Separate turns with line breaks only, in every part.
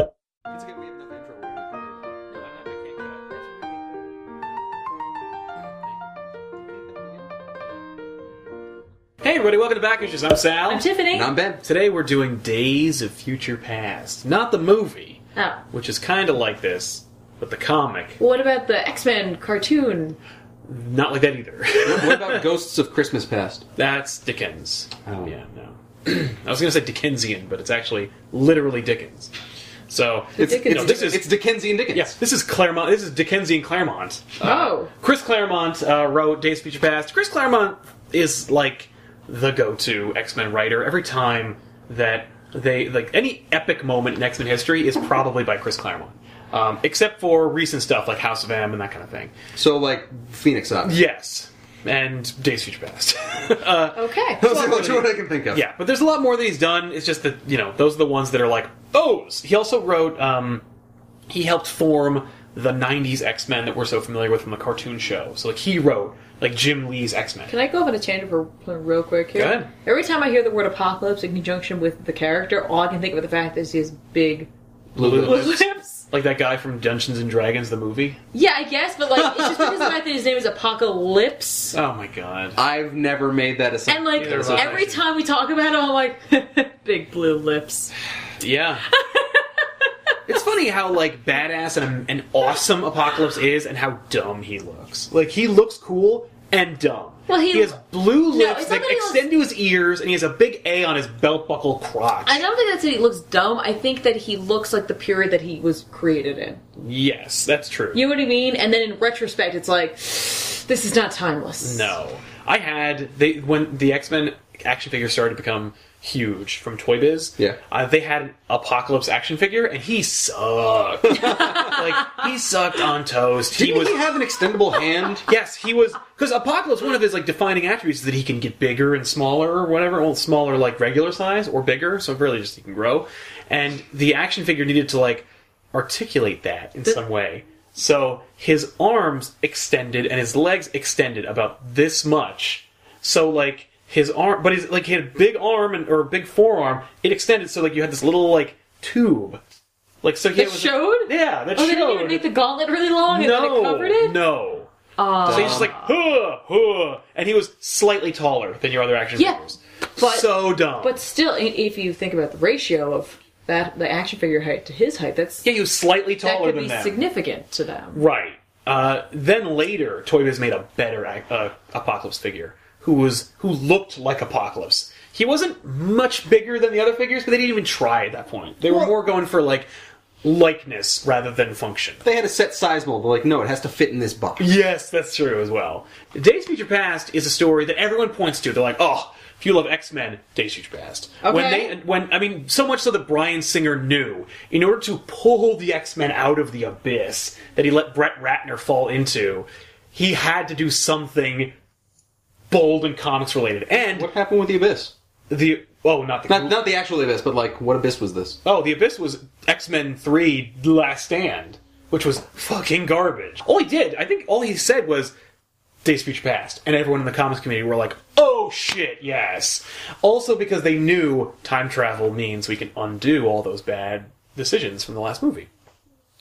It's okay. We have enough intro. We're not
No, I'm not, I can't cut.
That's really
Hey everybody, welcome to Backishes. I'm Sal.
I'm Tiffany.
And I'm Ben.
Today we're doing Days of Future Past. Not the movie,
Oh.
which is kind of like this, but the comic.
What about the X Men cartoon?
Not like that either.
What about Ghosts of Christmas Past?
That's Dickens.
Oh.
Yeah, no. I was going to say Dickensian, but it's actually literally Dickens. So,
It's,
Dickens.
it's,
No, this is-
it's Dickensian Dickens.
yes, this is Claremont. This is Dickensian Claremont.
Ah.
oh,
Chris Claremont uh, wrote Days of Future Past. Chris Claremont is like the go-to X-Men writer. Every time that they like any epic moment in X-Men history is probably by Chris Claremont, um, except for recent stuff like House of M and that kind of thing.
So like Phoenix Up.
Yes, and Days of Future Past. uh,
okay.
Those are the only two I can think of.
yeah, but there's a lot more that he's done. It's just that you know those are the ones that are like those. He also wrote. Um, he helped form the '90s X-Men that we're so familiar with from the cartoon show. So like he wrote like Jim Lee's X-Men.
Can I go off on a tangent for for real quick here?
Go ahead.
Every time I hear the word apocalypse in conjunction with the character, all I can think of is the fact is his big
Blue,
Blue
Lips.
Lips.
lips.
Like that guy from Dungeons and Dragons, the movie.
Yeah, I guess, but like it's just because of the fact that his name is
Uh,
Apocalypse.
Oh my god.
I've never made that assumption.
And like
Neither have I,
every
actually.
time we talk about it, I'm like, big blue lips.
Yeah. it's funny how like badass and an awesome Apocalypse is, and how dumb he looks. Like he looks cool and dumb.
Well, he-
has blue lips
it's not
that
that he
extend to his ears, and he has a big A on his belt buckle crotch.
I don't think that's that he looks dumb. I think that he looks like the period that he was created in.
Yes, that's true.
You know what I mean? And then in retrospect, it's like, this is not timeless.
No, I had they when the X Men action figures started to become huge from Toy Biz.
Yeah.
uh, they had an Apocalypse action figure, and he sucked. like he sucked on toast.
Didn't
he was.
have an extendable hand?
Yes, he was because Apocalypse. One of his like defining attributes is that he can get bigger and smaller or whatever. Well, smaller like regular size or bigger. So really, just he can grow. And the action figure needed to like articulate that in some way. So his arms extended and his legs extended about this much. So like his arm, but his like he had a big arm and or a big forearm. It extended so like you had this little like tube. Like so, he
That
was
showed?
Yeah, that showed.
Oh, they didn't even make the gauntlet really long and then
no,
it covered it? Ah.
no.
Aw.
So he's just like, huh, huh. And he was slightly taller than your other action
Yeah,
figures.
but-
so dumb.
but still, i- if you think about the ratio of that, the action figure height to his height, that's
yeah, he was slightly
that
taller
could
than
be
that.
significant to them.
right. Uh, then later, Toy Biz made a better ac- uh, Apocalypse figure who was who looked like Apocalypse. He wasn't much bigger than the other figures, but they didn't even try at that point. They were
Well-
more going for like likeness rather than function.
They had a set size mold. They're like, no, it has to fit in this box.
Yes, that's true as well. Days of Future Past is a story that everyone points to. They're like, oh, if you love X Men, Days of Future Past. When
Okay.
they, when I mean, so much so that Brian Singer knew, in order to pull the X Men out of the abyss that he let Brett Ratner fall into, he had to do something bold and comics related. And
What happened with the abyss?
the oh, not the
Not, not the actual abyss, but like, what abyss was this?
Oh, The Abyss was X Men 3 Last Stand, which was fucking garbage. All he did, I think all he said was Days of Future Past. And everyone in the comics community were like, oh shit, yes. Also because they knew time travel means we can undo all those bad decisions from the last movie.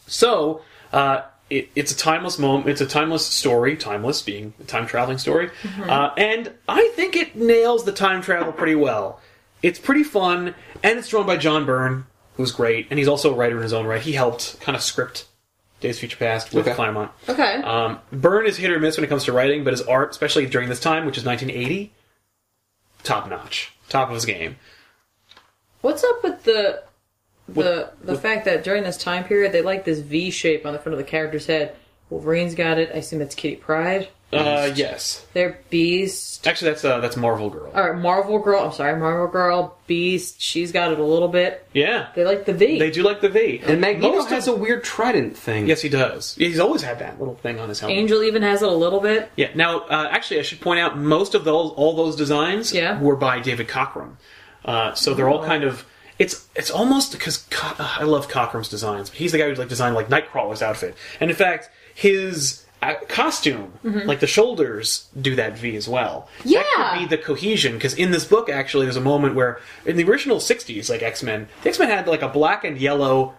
So, uh, it, it's a timeless moment. It's a timeless story. Timeless being a time traveling story, uh, and I think it nails the time travel pretty well. It's pretty fun, and it's drawn by John Byrne, who's great, and he's also a writer in his own right. He helped kind of script Days of Future Past with
Okay.
Claremont.
Okay.
Um, Byrne is hit or miss when it comes to writing, but his art, especially during this time, which is 1980, top notch, top of his game.
What's up with the the the fact that during this time period they like this V shape on the front of the character's head? Wolverine's got it. I assume it's Kitty Pride.
Uh, yes,
They're Beast.
actually, that's uh, that's Marvel Girl.
All right, Marvel Girl. I'm sorry, Marvel Girl, Beast. She's got it a little bit.
Yeah,
They like the V.
they do like the V.
And Magneto
Most of-
has a weird trident thing.
Yes, he does. He's always had that little thing on his helmet.
Angel even has it a little bit.
Yeah. Now, uh, actually, I should point out most of those, all those designs,
Yeah. Oh.
were by David Cockrum. Uh, so they're all kind of. It's it's almost because Co- uh, I love Cockrum's designs, but he's the guy who like designed like Nightcrawler's outfit, and in fact, his uh, costume, like the shoulders, do that V as well. That
Mm-hmm. Yeah.
could be the cohesion because in this book, actually, there's a moment where in the original '60s, like X Men, the X Men had like a black and yellow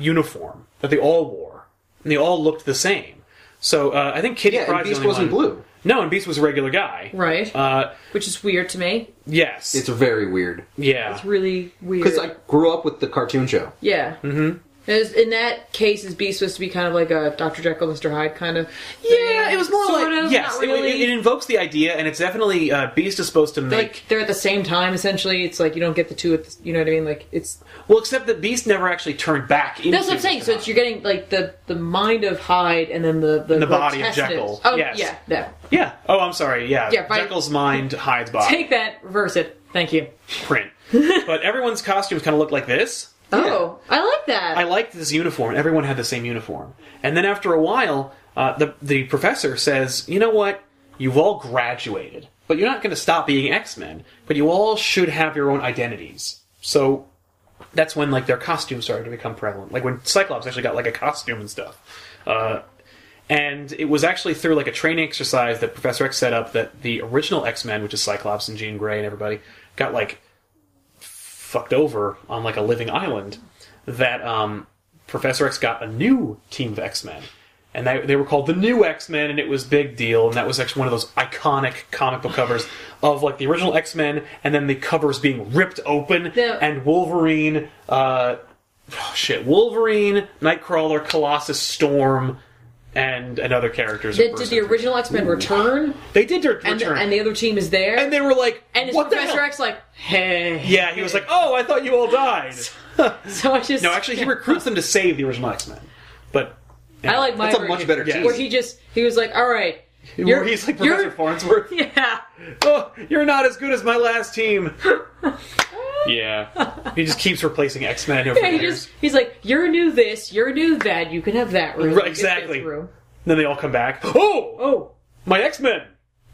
uniform that they all wore, and they all looked the same. So uh, I think Kitty
Yeah, and
Pryde's the
Beast
only
wasn't
one-
blue.
No, and Beast was a regular guy.
Right.
Uh,
Which is weird to me.
yes.
It's very weird
yeah.
It's really weird.
because I grew up with the cartoon show.
yeah. Mm-hmm. in that case, is Beast supposed to be kind of like a Dr. Jekyll, Mr. Hyde kind of?
Yeah,
thing?
it was more
Sort
like
of,
yes,
not
it-
really.
it, it invokes the idea, and it's definitely uh, Beast is supposed to make
like they're at the same time essentially. It's like you don't get the two. At the, you know what I mean? Like it's
well, except that Beast never actually turned back. Into
that's what I'm saying. So it's you're getting like the the mind of Hyde and then the the,
the body of
grotesqueness.
Jekyll.
Oh
Yes.
yeah, yeah.
yeah. Oh, I'm sorry. Yeah,
Yeah, by-
Jekyll's mind hides body
Take that, reverse it. Thank you.
print, but everyone's costumes kind of looked like this.
Oh, I like that.
I liked this uniform. Everyone had the same uniform, and then after a while, uh, the the professor says, "You know what? You've all graduated, but you're not going to stop being X Men. But you all should have your own identities." So that's when like their costumes started to become prevalent. Like when Cyclops actually got like a costume and stuff. Uh, and it was actually through like a training exercise that Professor X set up that the original X Men, which is Cyclops and Jean Grey and everybody, got like fucked over on like a living island. That um, Professor X got a new team of X Men, and they they were called the New X Men, and it was big deal. And that was actually one of those iconic comic book covers of like the original X Men, and then the covers being ripped open,
The-
and Wolverine. Uh, oh shit, Wolverine, Nightcrawler, Colossus, Storm, and and other characters.
Did,
burst
did the
into-
original X Men return?
They did their
And the,
return,
and the other team is there.
and they were like,
And is
"What the
Professor
hell?"
X like, hey?
Yeah, he was like, "Oh, I thought you all died."
So I just
No, actually, he recruits them to save the original X Men, but
I like my
That's a much better
Yeah.
team.
Where he just he was like, all right,
where he's like Professor Farnsworth.
yeah.
Oh, you're not as good as my last team. yeah, he just keeps replacing X Men over
Yeah,
the
he
years.
just he's like, you're new this, you're new that, you can have that
Right,
room, you can have
exactly.
this room.
Then they all come back. Oh,
Oh,
my X Men,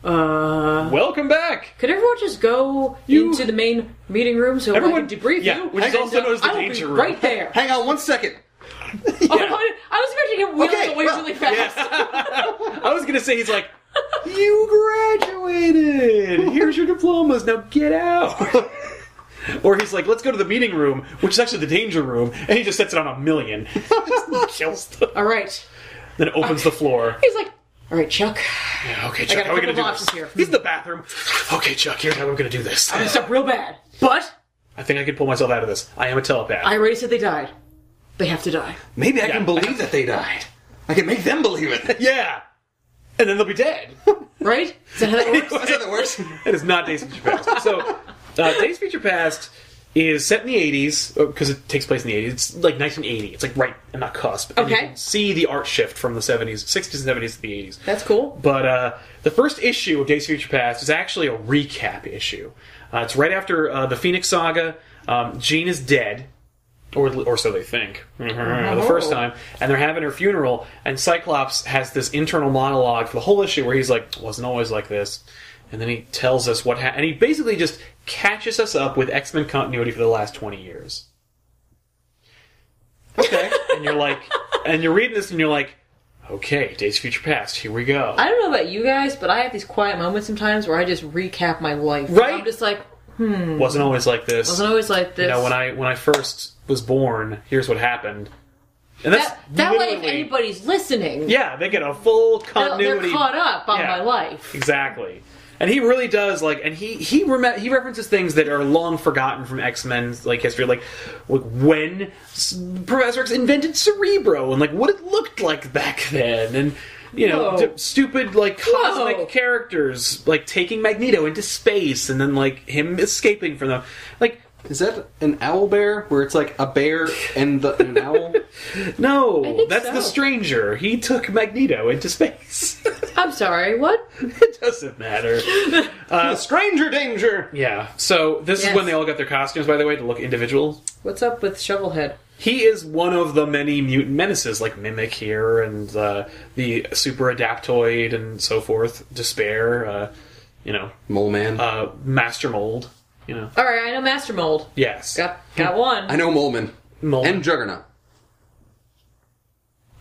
uh,
welcome back.
could everyone just go
You-
into the main meeting room so
Everyone-
I can debrief
yeah,
you?
which is
And,
also
uh,
known as the
I will be
danger room.
Right there.
Hang on one second.
Oh, I, I was expecting him wheeling
Okay,
away
well,
really fast.
I was gonna say he's like, you graduated. Here's your diplomas. Now get out. or he's like, let's go to the meeting room, which is actually the danger room, and he just sets it on a million, just kills them,
All right.
then opens the floor.
He's like, all right, Chuck.
Yeah, okay, Chuck,
got a
how are we
couple
gonna do
boxes
this?
here.
He's in the bathroom. Okay, Chuck, here's how I'm gonna do this.
It's up real bad, but
I think I can pull myself out of this. I am a telepath.
I already said they died. They have to die.
Maybe I
Yeah.
can believe that they died. I can make them believe it.
yeah, and then they'll be dead.
Right? Is that how that works?
That's how that works.
It is not Days of Future Past. So, uh, Days of Future Past is set in the 80s, because it takes place in the 80s. It's like 1980. It's like right in that cusp. And you
Okay.
can see the art shift from the 70s, 60s and 70s to the 80s.
That's cool.
But uh, the first issue of Days of Future Past is actually a recap issue. Uh, it's right after uh, the Phoenix Saga. Um, Jean is dead, or or so they think, Mm-hmm. the first time, and they're having her funeral. And Cyclops has this internal monologue for the whole issue where he's like, "Wasn't always like this," and then he tells us what happened, and he basically just catches us up with X Men continuity for the last twenty years.
Okay.
And you're like, and you're reading this, and you're like, "Okay, Days of Future Past, here we go."
I don't know about you guys, but I have these quiet moments sometimes where I just recap my life.
Right.
I'm just like,
Wasn't always like this.
wasn't always like this.
you know, when I when I first was born, here's what happened. And that's
that, that way, if
literally-
anybody's listening,
yeah, they get a full
they're, they're
continuity.
caught up on
Yeah.
my life.
Exactly. And he really does like, and he he rem- he references things that are long forgotten from X Men's like history, like like when S- Professor X invented Cerebro and like what it looked like back then, and you know
Whoa.
d- stupid like cosmic
Whoa.
characters like taking Magneto into space and then like him escaping from them, like
Is that an owl bear where it's like a bear and the, an owl?
No,
think
that's
so.
the stranger. He took Magneto into space.
I'm sorry, what?
it doesn't matter.
A stranger danger.
Yeah. So this is
Yes.
when they all got their costumes, by the way, to look individual.
What's up with Shovelhead?
He is one of the many mutant menaces, like Mimic here and uh, the Super Adaptoid and so forth. Despair. Uh, you know,
Mole man.
uh, Master Mold. You know.
All right, I know Master Mold.
Yes.
Got got one.
I know Mole Man.
Mold.
And Juggernaut.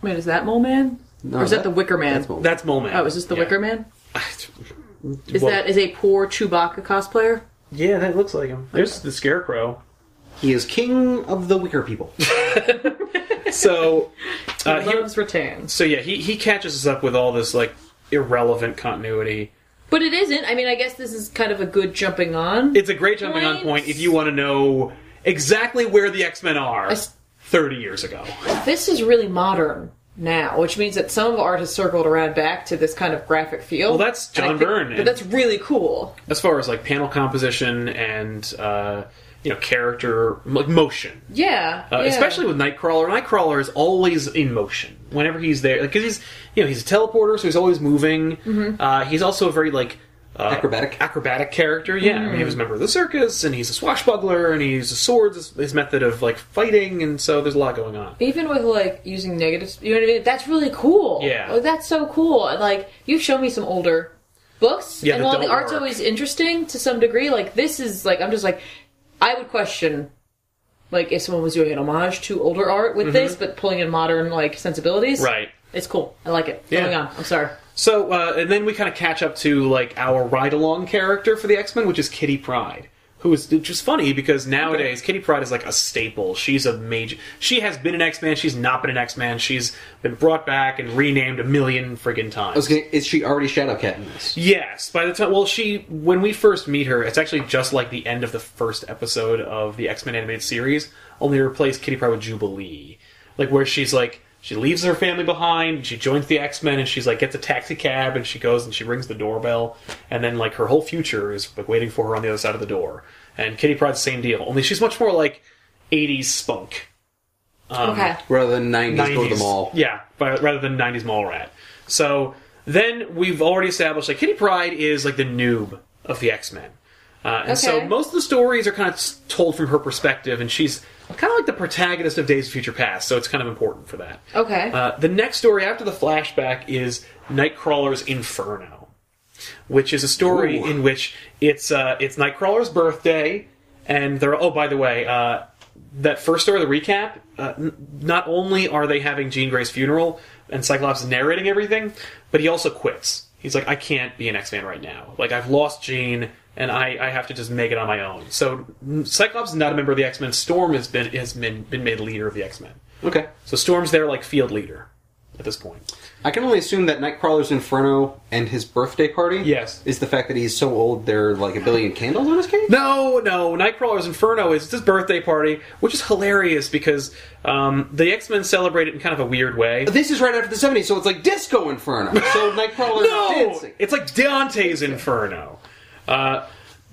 Wait, is that Mole Man?
No,
or is that, the Wicker Man?
that's Mole Man.
that's Moleman.
Oh, is this the
yeah.
Wicker Man? Is
Well,
that is a poor Chewbacca cosplayer?
Yeah, that looks like him. There's the Scarecrow.
He is king of the wicker people.
so uh,
he
he,
loves returns.
so yeah, he he catches us up with all this like irrelevant continuity.
But it isn't. I mean, I guess this is kind of a good jumping on.
It's a great jumping on point if you want to know exactly where the X Men are
s-
thirty years ago.
this is really modern now, which means that some of art has circled around back to this kind of graphic feel. Well,
that's John Byrne
But
and-
that's really cool.
As far as like panel composition and uh, you know character like motion,
Yeah,
Uh,
yeah.
especially with Nightcrawler. Nightcrawler is always in motion whenever he's there because he's you know he's a teleporter, so he's always moving. Uh, he's also a very like uh,
Acrobatic.
acrobatic character. Yeah, I mean, he was a member of the circus, and he's a swashbuckler, and he uses swords as his method of like fighting, and so there's a lot going on.
even with like using negatives. You know what I mean? That's really cool.
Yeah.
like, that's so cool. And, Like you've shown me some older books,
Yeah,
and
that
while the
don't
art's
work.
always interesting to some degree, like this is like I'm just like I would question. Like if someone was doing an homage to older art with this, but pulling in modern like sensibilities,
Mm-hmm. Right.
It's cool. I like it.
Yeah.
Going on. I'm sorry.
So uh, and then we kind of catch up to like our ride along character for the X Men, which is Kitty Pride. Who is which is funny because nowadays Kitty Pride is like a staple. She's a major. She has been an X Man. She's not been an X Man. She's been brought back and renamed a million friggin' times.
I was gonna, is she already Shadow Cat in this?
Yes, by the time well, she when we first meet her, it's actually just like the end of the first episode of the X Men animated series. Only replace Kitty Pryde with Jubilee, like where she's like she leaves her family behind, she joins the X Men, and she's like gets a taxi cab and she goes and she rings the doorbell, and then like her whole future is like waiting for her on the other side of the door. And Kitty Pryde's same deal, only she's much more like '80s spunk. Um,
okay.
Rather than 90s, go to the mall.
Yeah, but rather than 90s mall rat. So then we've already established like Kitty Pride is like the noob of the X Men. Uh, and so
Okay.
most of the stories are kind of s- told from her perspective, and she's kind of like the protagonist of Days of Future Past, so it's kind of important for that.
Okay.
Uh, the next story after the flashback is Nightcrawler's Inferno, which is a story
Ooh.
in which it's uh, it's Nightcrawler's birthday, and they're oh by the way, uh, that first story, the recap. Uh, n- not only are they having Jean Grey's funeral and Cyclops is narrating everything, but he also quits. He's like, I can't be an X Man right now. Like I've lost Jean, and I, I have to just make it on my own. So n- Cyclops is not a member of the X Men. Storm has been has been been made leader of the X Men.
Okay.
So Storm's there like field leader at this point.
I can only assume that Nightcrawler's Inferno and his birthday party
Yes.
is the fact that he's so old there are like a billion candles on his cake?
No, no, Nightcrawler's Inferno is his birthday party, which is hilarious because um, the X Men celebrate it in kind of a weird way.
This is right after the 70s, so it's like Disco Inferno. So Nightcrawler's
No,
dancing.
it's like Dante's Inferno. Uh,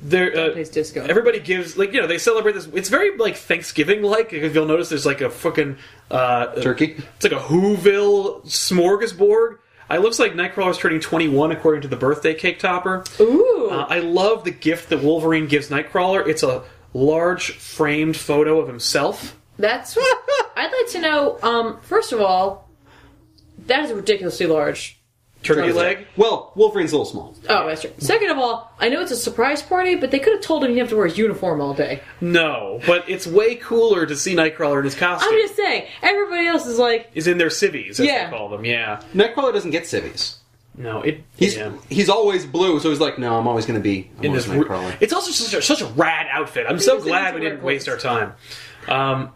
there, uh,
Dante's Disco.
Everybody gives like you know they celebrate this. It's very like Thanksgiving like. If you'll notice, there's like a fucking uh,
Turkey.
It's like a Whoville smorgasbord. It looks like Nightcrawler's turning 21 according to the birthday cake topper.
Ooh.
Uh, I love the gift that Wolverine gives Nightcrawler. It's a large framed photo of himself.
That's. I'd like to know. Um, first of all, that is ridiculously large.
Turkey
Turkey
leg.
Well, Wolverine's a little small.
Oh, that's true. Second of all, I know it's a surprise party, but they could have told him he'd have to wear his uniform all day.
No, but it's way cooler to see Nightcrawler in his costume.
I'm just saying. Everybody else is like,
Is in their civvies, as
Yeah.
they call them. Yeah.
Nightcrawler doesn't get civvies.
No, it.
He's
yeah.
he's always blue, so he's like, no, I'm always going to be I'm
in
always
this. ru-
Nightcrawler.
It's also such a, such a rad outfit. I'm so
doesn't need
glad
to
we
wear
didn't waste our
clothes.
time. Um,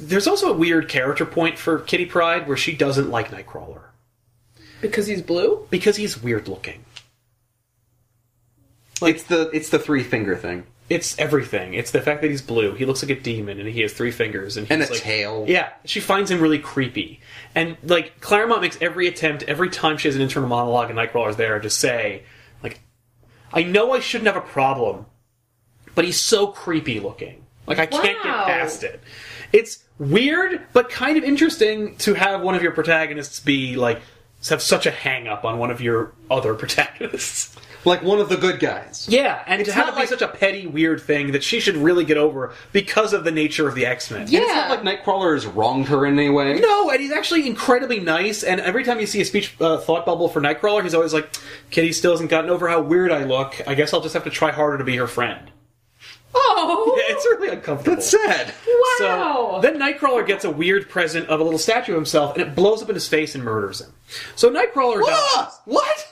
there's also a weird character point for Kitty Pride where she doesn't like Nightcrawler
because he's blue?
because he's weird looking.
it's the it's the three finger thing.
It's everything. It's the fact that he's blue. He looks like a demon, and he has three fingers, and he's
And a
like,
tail.
Yeah, she finds him really creepy, and like Claremont makes every attempt every time she has an internal monologue, and Nightcrawler's there to say, like, I know I shouldn't have a problem, but he's so creepy looking. Like I can't get
Wow.
past it. It's weird, but kind of interesting to have one of your protagonists be like have such a hang up on one of your other protagonists.
Like one of the good guys.
Yeah, and to have
not
it be
like-
such a petty, weird thing that she should really get over because of the nature of the X Men.
Yeah.
It's not like Nightcrawler has wronged her in any way.
No, and he's actually incredibly nice. And every time you see a speech uh, thought bubble for Nightcrawler, he's always like, "Kitty still hasn't gotten over how weird I look. I guess I'll just have to try harder to be her friend."
Oh!
Yeah, it's really uncomfortable.
That's sad.
wow!
So then Nightcrawler gets a weird present of a little statue of himself, and it blows up in his face and murders him. So Nightcrawler dies.
Ah, what?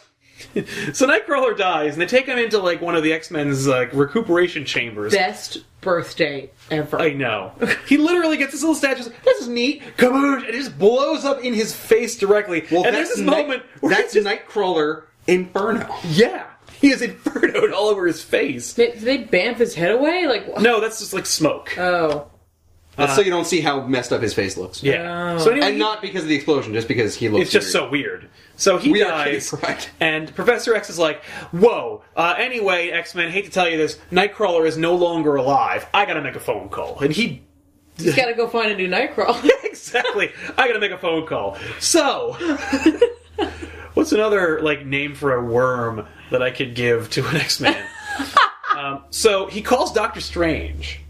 so Nightcrawler dies, and they take him into like one of the X Men's like recuperation chambers.
Best birthday ever.
I know. He literally gets this little statue. he's like, This is neat. Kaboosh! And it just blows up in his face directly.
Well,
and
that's
there's this
Night-
moment where
that's
he's just,
Nightcrawler Inferno.
yeah, he is infernoed all over his face.
Did did they bamf his head away? Like, wh-
No, that's just like smoke.
oh,
That's so you don't see how messed up his face looks.
Uh-huh. yeah.
Oh.
So anyway,
And
he-
not because of the explosion, just because he looks.
It's just so weird. So he
We are
dies,
kidding, right.
and Professor X is like, "Whoa! Uh, anyway, X Men, hate to tell you this, Nightcrawler is no longer alive. I gotta make a phone call." And he
he's got to go find a new Nightcrawler.
exactly, I gotta make a phone call. So, what's another like name for a worm that I could give to an X Man? um, so he calls Doctor Strange,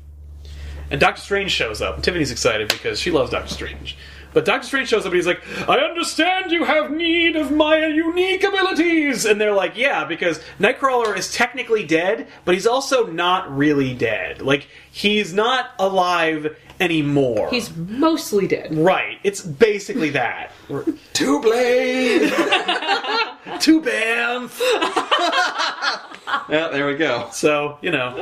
and Doctor Strange shows up. And Tiffany's excited because she loves Doctor Strange. But Doctor Strange shows up and he's like, I understand you have need of my unique abilities! And they're like, yeah, because Nightcrawler is technically dead, but he's also not really dead. Like, he's not alive anymore.
he's mostly dead.
Right. It's basically that.
Two blades.
Two bams.
yeah, there we go.
So you know.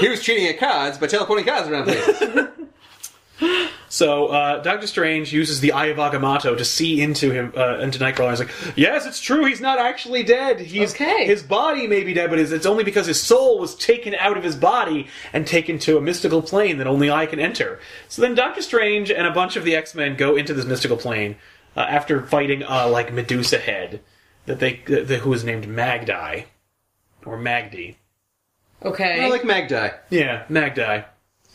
He was cheating at cards by teleporting cards around places.
So uh, Doctor Strange uses the Eye of Agamotto to see into him uh, into Nightcrawler. He's like, "Yes, it's true. He's not actually dead. He's
Okay.
his body may be dead, but it's, it's only because his soul was taken out of his body and taken to a mystical plane that only I can enter." So then Doctor Strange and a bunch of the X Men go into this mystical plane uh, after fighting uh, like Medusa Head, that they that, that- who is named Magdi or Magdi.
Okay,
I like Magdi.
Yeah, Magdi.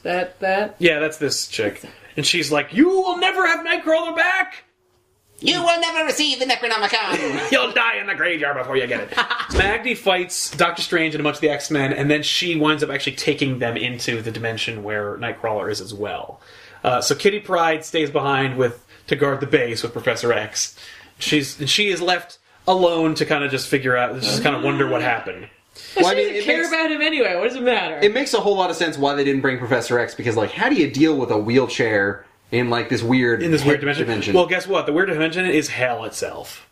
that that.
Yeah, that's this chick. And she's like, You will never have Nightcrawler back!
You will never receive the Necronomicon.
You'll die in the graveyard before you get it. Magdi fights Doctor Strange and a bunch of the X Men, and then she winds up actually taking them into the dimension where Nightcrawler is as well. Uh, so Kitty Pride stays behind with to guard the base with Professor X. She's and she is left alone to kind of just figure out, just kind of wonder what happened.
well, I
she
mean,
doesn't
it
care
makes-
about him anyway. What does it matter?
it makes a whole lot of sense why they didn't bring Professor X because, like, how do you deal with a wheelchair in like this weird
in this weird
hip
dimension. Well, guess what? The weird dimension is hell itself.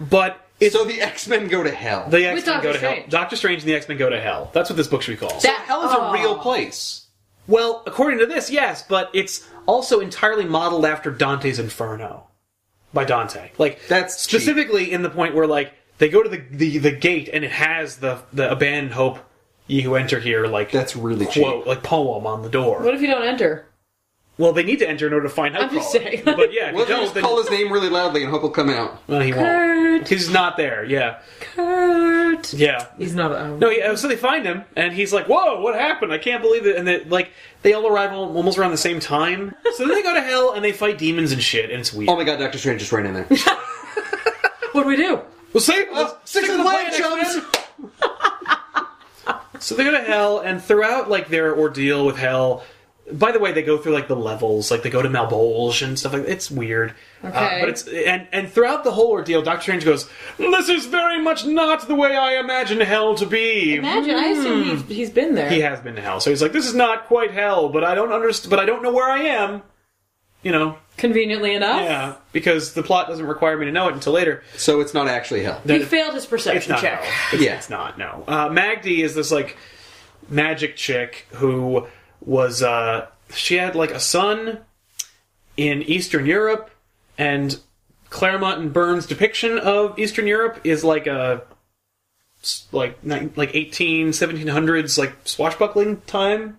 but it's
so the X Men go to hell.
The X Men
Doctor
go to hell.
Strange.
Doctor Strange and the X Men go to hell. That's what this book should be called.
That- oh.
hell is
Aw.
a real place.
well, according to this, yes, but it's also entirely modeled after Dante's Inferno by Dante. Like
That's cheap.
specifically in the point where like they go to the the, the gate and it has the the abandoned hope ye who enter here like
That's really cheap.
quote like poem on the door.
what if you don't enter?
Well, they need to enter in order to find out.
I'm just saying.
but yeah, if
We'll
you don't,
just
then
call his name really loudly and hope he'll come out.
well, he won't.
Kurt.
He's not there. Yeah,
Kurt.
yeah.
He's not. Um,
No, yeah, so they find him, and he's like, "Whoa, what happened? I can't believe it!" And they like they all arrive al- almost around the same time. So then they go to hell and they fight demons and shit, and it's weird.
Oh my god, Doctor Strange just ran in there.
What do we do?
Well, say
Uh, stick to the plan, chums.
So they go to hell, and throughout like their ordeal with hell. By the way, they go through like the levels, like they go to Malbolge and stuff like that. It's weird, Uh,
Okay.
but it's and and throughout the whole ordeal, Doctor Strange goes, "This is very much not the way I imagined hell to be."
Imagine. I assume he's, he's been there.
Hmm. he has been to hell. So he's like, this is not quite hell, but I don't understand. But I don't know where I am. You know,
Conveniently enough,
yeah, because the plot doesn't require me to know it until later.
so it's not actually hell.
he failed his
It's
perception
not.
check.
Hell. It's,
Yeah.
it's not. No. Uh, Magdi is this like magic chick who was uh, she had like a son in Eastern Europe, and Claremont and Burns' depiction of Eastern Europe is like a s- like nine- like 18 1700s like swashbuckling time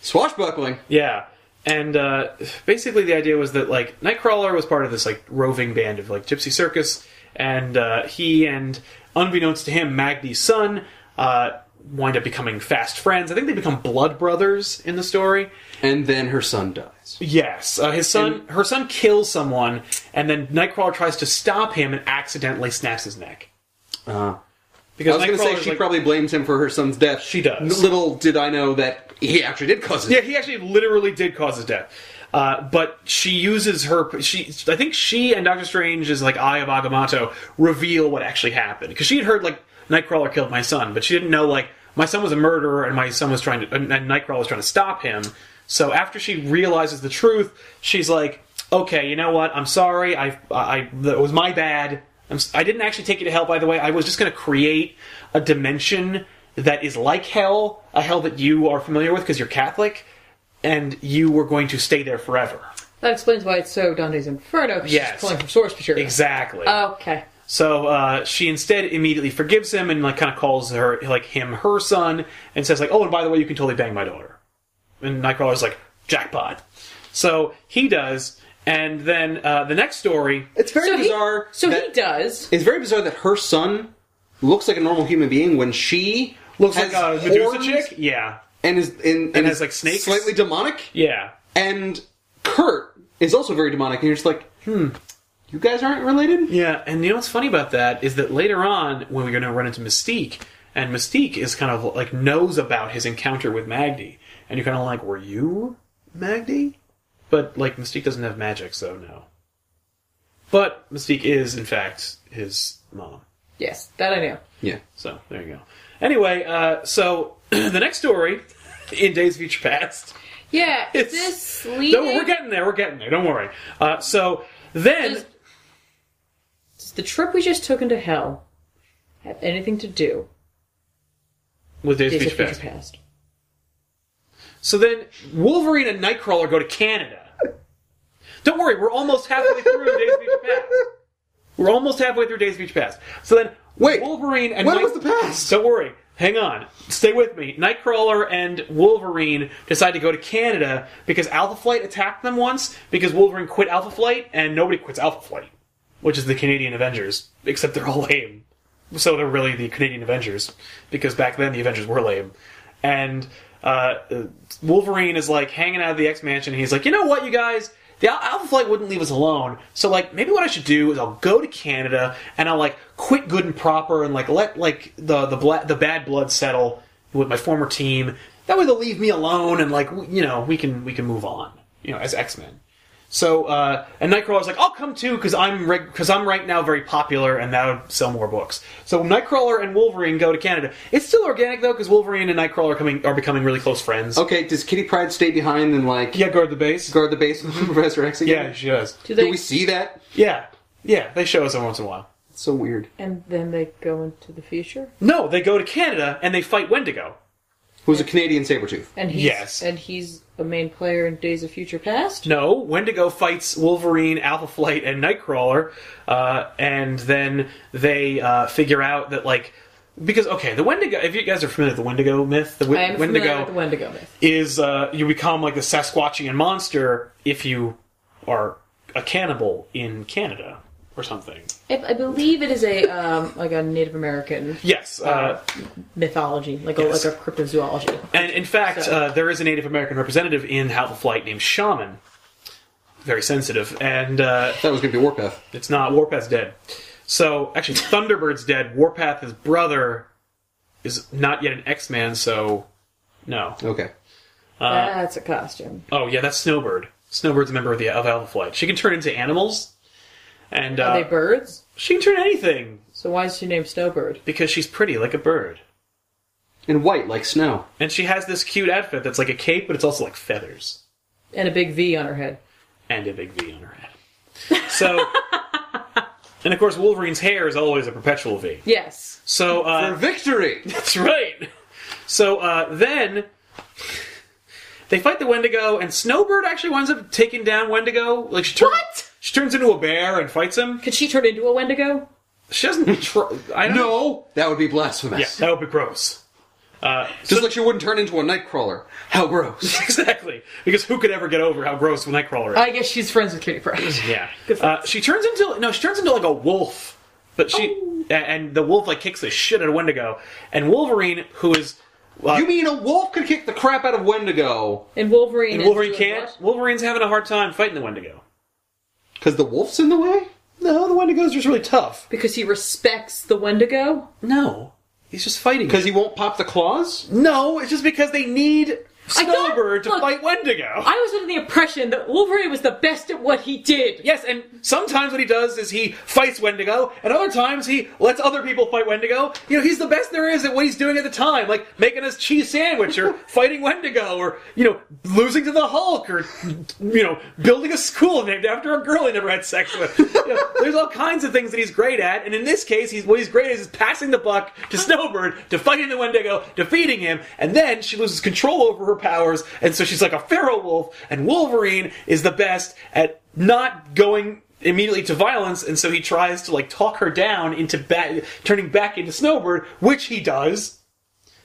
Swashbuckling.
Yeah. And uh, basically, the idea was that like Nightcrawler was part of this like roving band of like Gypsy Circus, and uh, he and unbeknownst to him, Magdi's son uh, wind up becoming fast friends. I think they become blood brothers in the story.
And then her son dies.
Yes, uh, his son, her son kills someone, and then Nightcrawler tries to stop him and accidentally snaps his neck.
Uh, I
Because
was going to say
Nightcrawler's
she
like-
probably blames him for her son's death.
She does.
Little did I know that he actually did cause it.
Yeah, he actually literally did cause his death. Uh, but she uses her. She, I think she and Doctor Strange is like Eye of Agamotto reveal what actually happened because she had heard like Nightcrawler killed my son, but she didn't know like my son was a murderer and my son was trying to and and Nightcrawler was trying to stop him. So after she realizes the truth, she's like, "Okay, you know what? I'm sorry. I, I that was my bad. I'm, s- I didn't actually take it to hell, by the way. I was just going to create a dimension that is like hell, a hell that you are familiar with because you're Catholic, and you were going to stay there forever.
That explains why it's so Dante's Inferno. 'cause
Yes.
She's pulling from source material.
Exactly.
Okay.
So uh, she instead immediately forgives him and like kind of calls her like him her son and says like, "Oh, and by the way, you can totally bang my daughter." And Nightcrawler's like, "Jackpot!" So he does, and then uh, the next story,
It's very
So he-
bizarre.
So
that-
he does.
It's very bizarre that her son looks like a normal human being when she
looks
has
like a Medusa
horns
chick. Yeah,
and is in, and,
has,
is
like, snakes.
slightly demonic.
yeah.
And Kurt is also very demonic, and you're just like, hmm, you guys aren't related.
Yeah, and you know what's funny about that is that later on, when we're going to run into Mystique, and Mystique is kind of like knows about his encounter with Magdy, and you're kind of like, were you Magdy? But like Mystique doesn't have magic, so no. But Mystique is in fact his mom.
Yes, that I knew.
Yeah.
So there you go. Anyway, uh, so the next story in Days of Future Past.
Yeah,
It's-
is this
No,
leading?
we're getting there. We're getting there. Don't worry. Uh, so then.
Does- does the trip we just took into hell have anything to do
with Days,
with
of
Days of
Future Past.
Future Past?
So then Wolverine and Nightcrawler go to Canada. Don't worry, we're almost halfway through Days of Future Past. We're almost halfway through Days of Future Past. So then
Wait,
Wolverine and
when
Night-
was the past?
Don't worry, hang on, stay with me. Nightcrawler and Wolverine decide to go to Canada because Alpha Flight attacked them once because Wolverine quit Alpha Flight and nobody quits Alpha Flight, which is the Canadian Avengers, except they're all lame. So they're really the Canadian Avengers because back then the Avengers were lame. And uh, uh, Wolverine is like hanging out of the X Mansion. And he's like, you know what, you guys. The Al- Alpha Flight wouldn't leave us alone, so like maybe what I should do is I'll go to Canada and I'll like quit good and proper and like let like the the bla- the bad blood settle with my former team. That way they'll leave me alone and like w- you know we can we can move on you know as X Men. So uh, and Nightcrawler's like, I'll come too because I'm because I'm right now very popular and that would sell more books. So Nightcrawler and Wolverine go to Canada. It's still organic though because Wolverine and Nightcrawler are coming are becoming really close friends.
Okay, does Kitty Pride stay behind and like
Yeah, guard the base.
guard the base with Professor X again?
yeah, she does.
Do they?
Do we see that?
Yeah, yeah, they show us every once in a while.
It's so weird.
and then they go into the future,
No, they go to Canada and they fight Wendigo.
Who's a Canadian Sabretooth?
and he's
Yes.
and he's a main player in Days of Future Past.
No, Wendigo fights Wolverine, Alpha Flight, and Nightcrawler, uh, and then they uh, figure out that like because okay, the Wendigo. If you guys are familiar with the Wendigo myth, the Wen-
I am familiar with the Wendigo myth.
is uh, you become like the Sasquatchian monster if you are a cannibal in Canada or something.
I, I believe it is a um, like a Native American
Yes, uh,
mythology, like a
Yes.
like a cryptozoology.
And in fact,
So-
uh, there is a Native American representative in Alpha Flight named Shaman. Very sensitive, and uh,
That was gonna be Warpath.
it's not. Warpath's dead. So actually, Thunderbird's dead. Warpath, his brother, is not yet an X Man. So no.
Okay.
Uh,
That's a costume.
Oh yeah, that's Snowbird. Snowbird's a member of the of Alpha Flight. She can turn into animals, and
Are
uh,
they birds?
she can turn anything
So why is she named Snowbird?
because she's pretty like a bird.
And white like snow.
And she has this cute outfit that's like a cape, but it's also like feathers.
And a big V on her head.
and a big V on her head. So, and of course, Wolverine's hair is always a perpetual V.
Yes.
So uh,
For victory.
that's right. So uh, then they fight the Wendigo, and Snowbird actually winds up taking down Wendigo. Like she turns,
What?
She turns into a bear and fights him.
Could she turn into a Wendigo?
She doesn't. Tr- I don't Know.
No, that would be
Yeah,
blasphemous.
that would be gross.
Just like she wouldn't turn into a nightcrawler. How gross.
Exactly, because who could ever get over how gross Nightcrawler is?
I guess she's friends with Kitty Pryde.
Yeah.
Good for
Uh, she turns into no, she turns into like a wolf, but she a- and the wolf like kicks the shit out of Wendigo, and Wolverine who is uh,
you mean a wolf could kick the crap out of Wendigo
And Wolverine. is
Wolverine
doing
can't.
what?
Wolverine's having a hard time fighting the Wendigo.
because the wolf's in the way?
No, the Wendigo's just really tough.
Because he respects the Wendigo?
No, he's just fighting.
Because he won't pop the claws?
no, it's just because they need Snowbird to
look,
fight Wendigo.
I was under the impression that Wolverine was the best at what he did.
Yes, and sometimes what he does is he fights Wendigo, and other times he lets other people fight Wendigo. You know, he's the best there is at what he's doing at the time, like making us cheese sandwich or fighting Wendigo or, you know, losing to the Hulk or, you know, building a school named after a girl he never had sex with. You know, there's all kinds of things that he's great at, and in this case, he's, what he's great at is passing the buck to Snowbird, to fighting the Wendigo, defeating him, and then she loses control over her powers, and so she's like a feral wolf, and Wolverine is the best at not going immediately to violence, and so he tries to like talk her down into ba- turning back into Snowbird, which he does.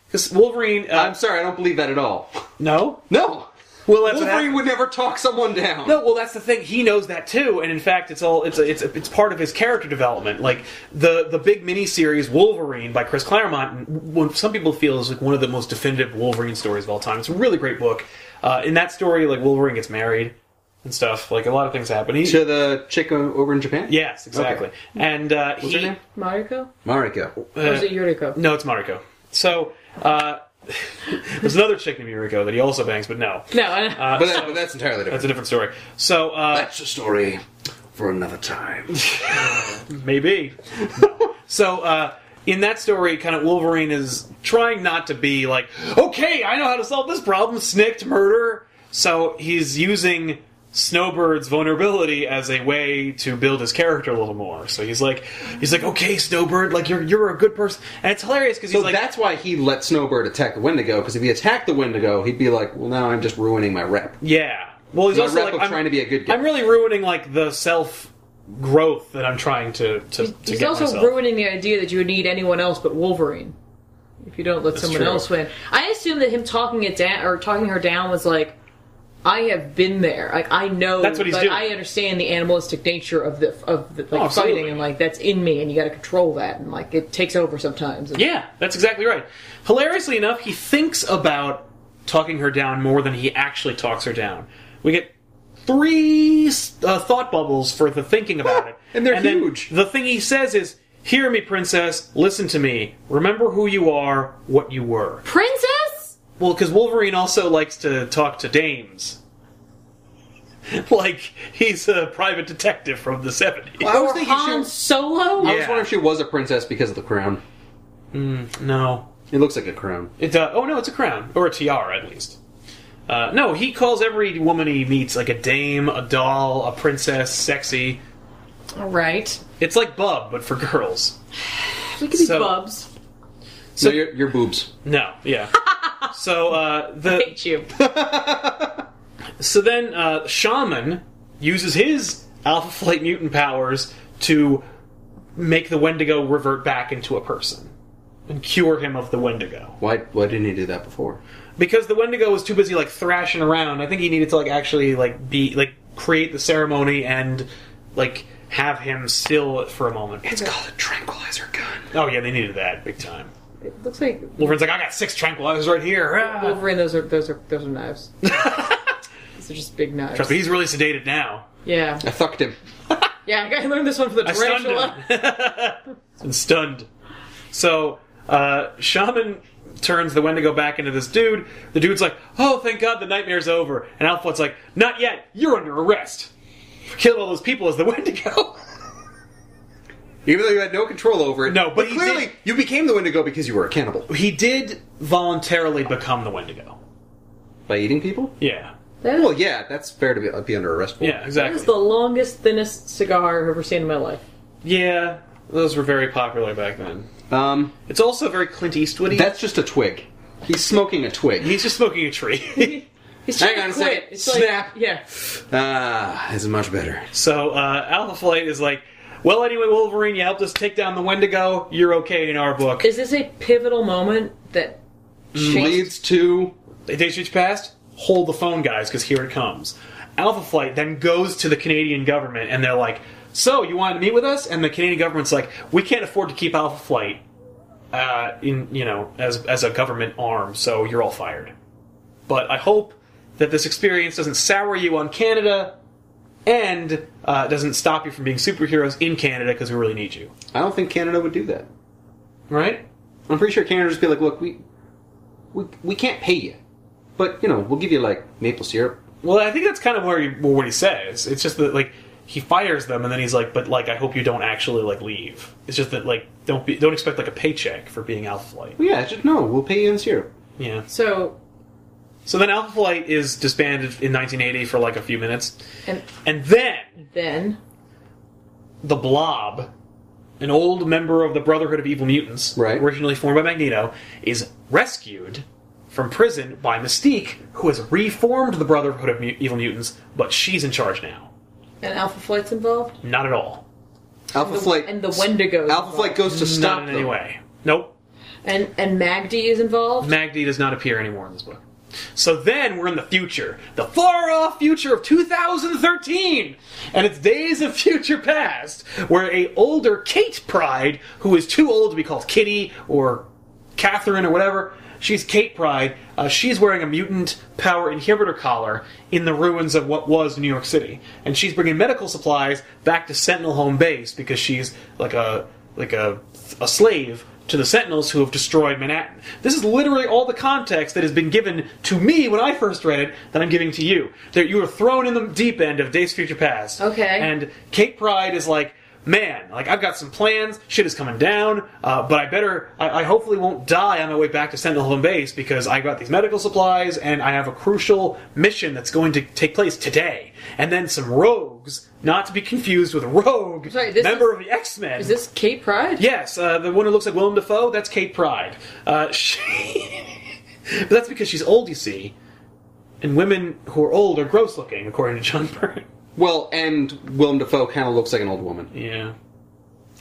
Because Wolverine, uh,
I'm sorry, I don't believe that at all.
no,
No.
well, that's what
Wolverine
happened.
would never talk someone down.
No, well, that's the thing. He knows that too, and in fact, it's all it's it's it's part of his character development. Like the the big miniseries Wolverine by Chris Claremont, what some people feel is like one of the most definitive Wolverine stories of all time. It's a really great book. Uh, in that story, like Wolverine gets married and stuff. Like a lot of things happen. He,
To the chick o- over in Japan?
Yes, exactly.
Okay.
And uh,
What's
he,
her name?
Mariko?
Mariko.
Uh,
or was it Yuriko?
No, it's Mariko. So uh, there's another chick named Yuriko that he also bangs, but no,
No, I-
But, that, but that's entirely different.
that's a different story. So uh,
That's a story for another time.
maybe. No. so uh, in that story, kind of Wolverine is trying not to be like, okay, I know how to solve this problem, snicked murder. So he's using Snowbird's vulnerability as a way to build his character a little more. So he's like, he's like, okay, Snowbird, like you're you're a good person, and it's hilarious because he's
So
like,
that's why he let Snowbird attack the Wendigo, because if he attacked the Wendigo, he'd be like, well, now I'm just ruining my rep.
yeah. Well, he's
My
also
rep
like,
of
I'm-
trying to be a good guy.
I'm really ruining like the self growth that I'm trying to to, to
He's
get
also
myself.
ruining the idea that you would need anyone else but Wolverine if you don't let someone
true.
else win. I assume that him talking it down or talking her down was like, I have been there. Like I know
That's what he's
like,
doing. Oh,
I understand the animalistic nature of the of the like,
absolutely.
fighting and like that's in me and you got to control that and like it takes over sometimes. And-
yeah, that's exactly right. Hilariously enough, he thinks about talking her down more than he actually talks her down. We get three uh, thought bubbles for the thinking about it,
And they're
then
huge.
the thing he says is. Hear me, princess. Listen to me. Remember who you are, what you were.
Princess.
Well, because Wolverine also likes to talk to dames. like, he's a private detective from the 70s.
I was
Or
thinking she,
Han Solo.
I
Yeah.
was wondering if she was a princess because of the crown.
No.
It looks like a crown.
It, uh, oh, no, it's a crown. Or a tiara, at least. Uh, no, he calls every woman he meets like a dame, a doll, a princess, sexy.
All right.
It's like Bub, but for girls.
We could be
So-
bubs.
So your, your boobs.
No, yeah. so, uh, the,
Hate you.
so then uh, Shaman uses his Alpha Flight mutant powers to make the Wendigo revert back into a person and cure him of the Wendigo.
Why why didn't he do that before?
because the Wendigo was too busy like thrashing around. I think he needed to like actually like be like create the ceremony and like have him still for a moment. It's called a tranquilizer gun. Oh yeah, they needed that big time.
It looks like
Wolverine's like, I got six tranquilizers right here. Ah.
Wolverine. Those are those are those are knives. those are just big knives.
But he's really sedated now.
Yeah.
I thucked him.
Yeah, I learned this one from the
I stunned
tarantula.
him. He's been stunned. So, uh, Shaman turns the Wendigo back into this dude. The dude's like, oh, thank God the nightmare's over. And Alpha's like, not yet. You're under arrest. Killed all those people as the Wendigo.
Even though you had no control over it.
No, but he
clearly
did-
you became the Wendigo because you were a cannibal.
he did voluntarily become the Wendigo.
By eating people?
Yeah.
That is,
Well, yeah, that's fair to be, be under arrest for.
Yeah,
that is
exactly.
the longest, thinnest cigar I've ever seen in my life.
Yeah, those were very popular back then.
Um,
It's also very Clint Eastwoody.
that's just a twig. He's smoking a twig.
He's just smoking a tree.
He's trying
Hang on a
to quit.
second.
It's
Snap.
Like, yeah.
Ah, this is much better.
So uh, Alpha Flight is like, well, anyway, Wolverine, you helped us take down the Wendigo. You're okay in our book.
Is this a pivotal moment that changed?
Leads to
Day Streets Past, hold the phone, guys, because here it comes. Alpha Flight then goes to the Canadian government, and they're like, so you wanted to meet with us? And the Canadian government's like, we can't afford to keep Alpha Flight uh, in, you know, as as a government arm, so you're all fired. But I hope that this experience doesn't sour you on Canada. And uh, doesn't stop you from being superheroes in Canada because we really need you.
I don't think Canada would do that.
Right?
I'm pretty sure Canada would just be like, look, we, we, we can't pay you. But you know, we'll give you like maple syrup.
Well, I think that's kind of where he, well, what he says. It's just that like he fires them, and then he's like, "But like, I hope you don't actually like leave." It's just that like don't be, don't expect like a paycheck for being Alpha Flight.
Well, yeah, just no, we'll pay you in syrup.
Yeah.
So,
So then Alpha Flight is disbanded in 1980 for like a few minutes,
and
and then
then
the Blob, an old member of the Brotherhood of Evil Mutants,
Right.
originally formed by Magneto, is rescued from prison by Mystique, who has reformed the Brotherhood of Mu- Evil Mutants, but she's in charge now.
and Alpha Flight's involved.
Not at all.
Alpha Flight
and the Wendigo.
Alpha Flight goes to
Not
stop
in
them.
any way. Nope.
And and Magdi is involved.
Magdi does not appear anymore in this book. So then we're in the future, the far off future of 2013, and it's Days of Future Past, where a older Kate Pride, who is too old to be called Kitty or Catherine or whatever, she's Kate Pride. Uh, she's wearing a mutant power inhibitor collar in the ruins of what was New York City, and she's bringing medical supplies back to Sentinel home base because she's like a like a, a slave to the Sentinels who have destroyed Manhattan. This is literally all the context that has been given to me when I first read it that I'm giving to you. That you were thrown in the deep end of Days of Future Past.
Okay.
And Kate Pride is like, man, like I've got some plans. Shit is coming down, uh, but I better. I, I hopefully won't die on my way back to Sentinel Home Base because I got these medical supplies and I have a crucial mission that's going to take place today. And then some rogues, not to be confused with Rogue,
Sorry, this
member
is-
of the X Men.
Is this Kate Pride?
Yes, uh, the one who looks like Willem Dafoe, that's Kate Pride. Uh, she... but that's because she's old, you see. And women who are old are gross looking, according to John Byrne.
Well, and Willem Dafoe kind of looks like an old woman,
Yeah.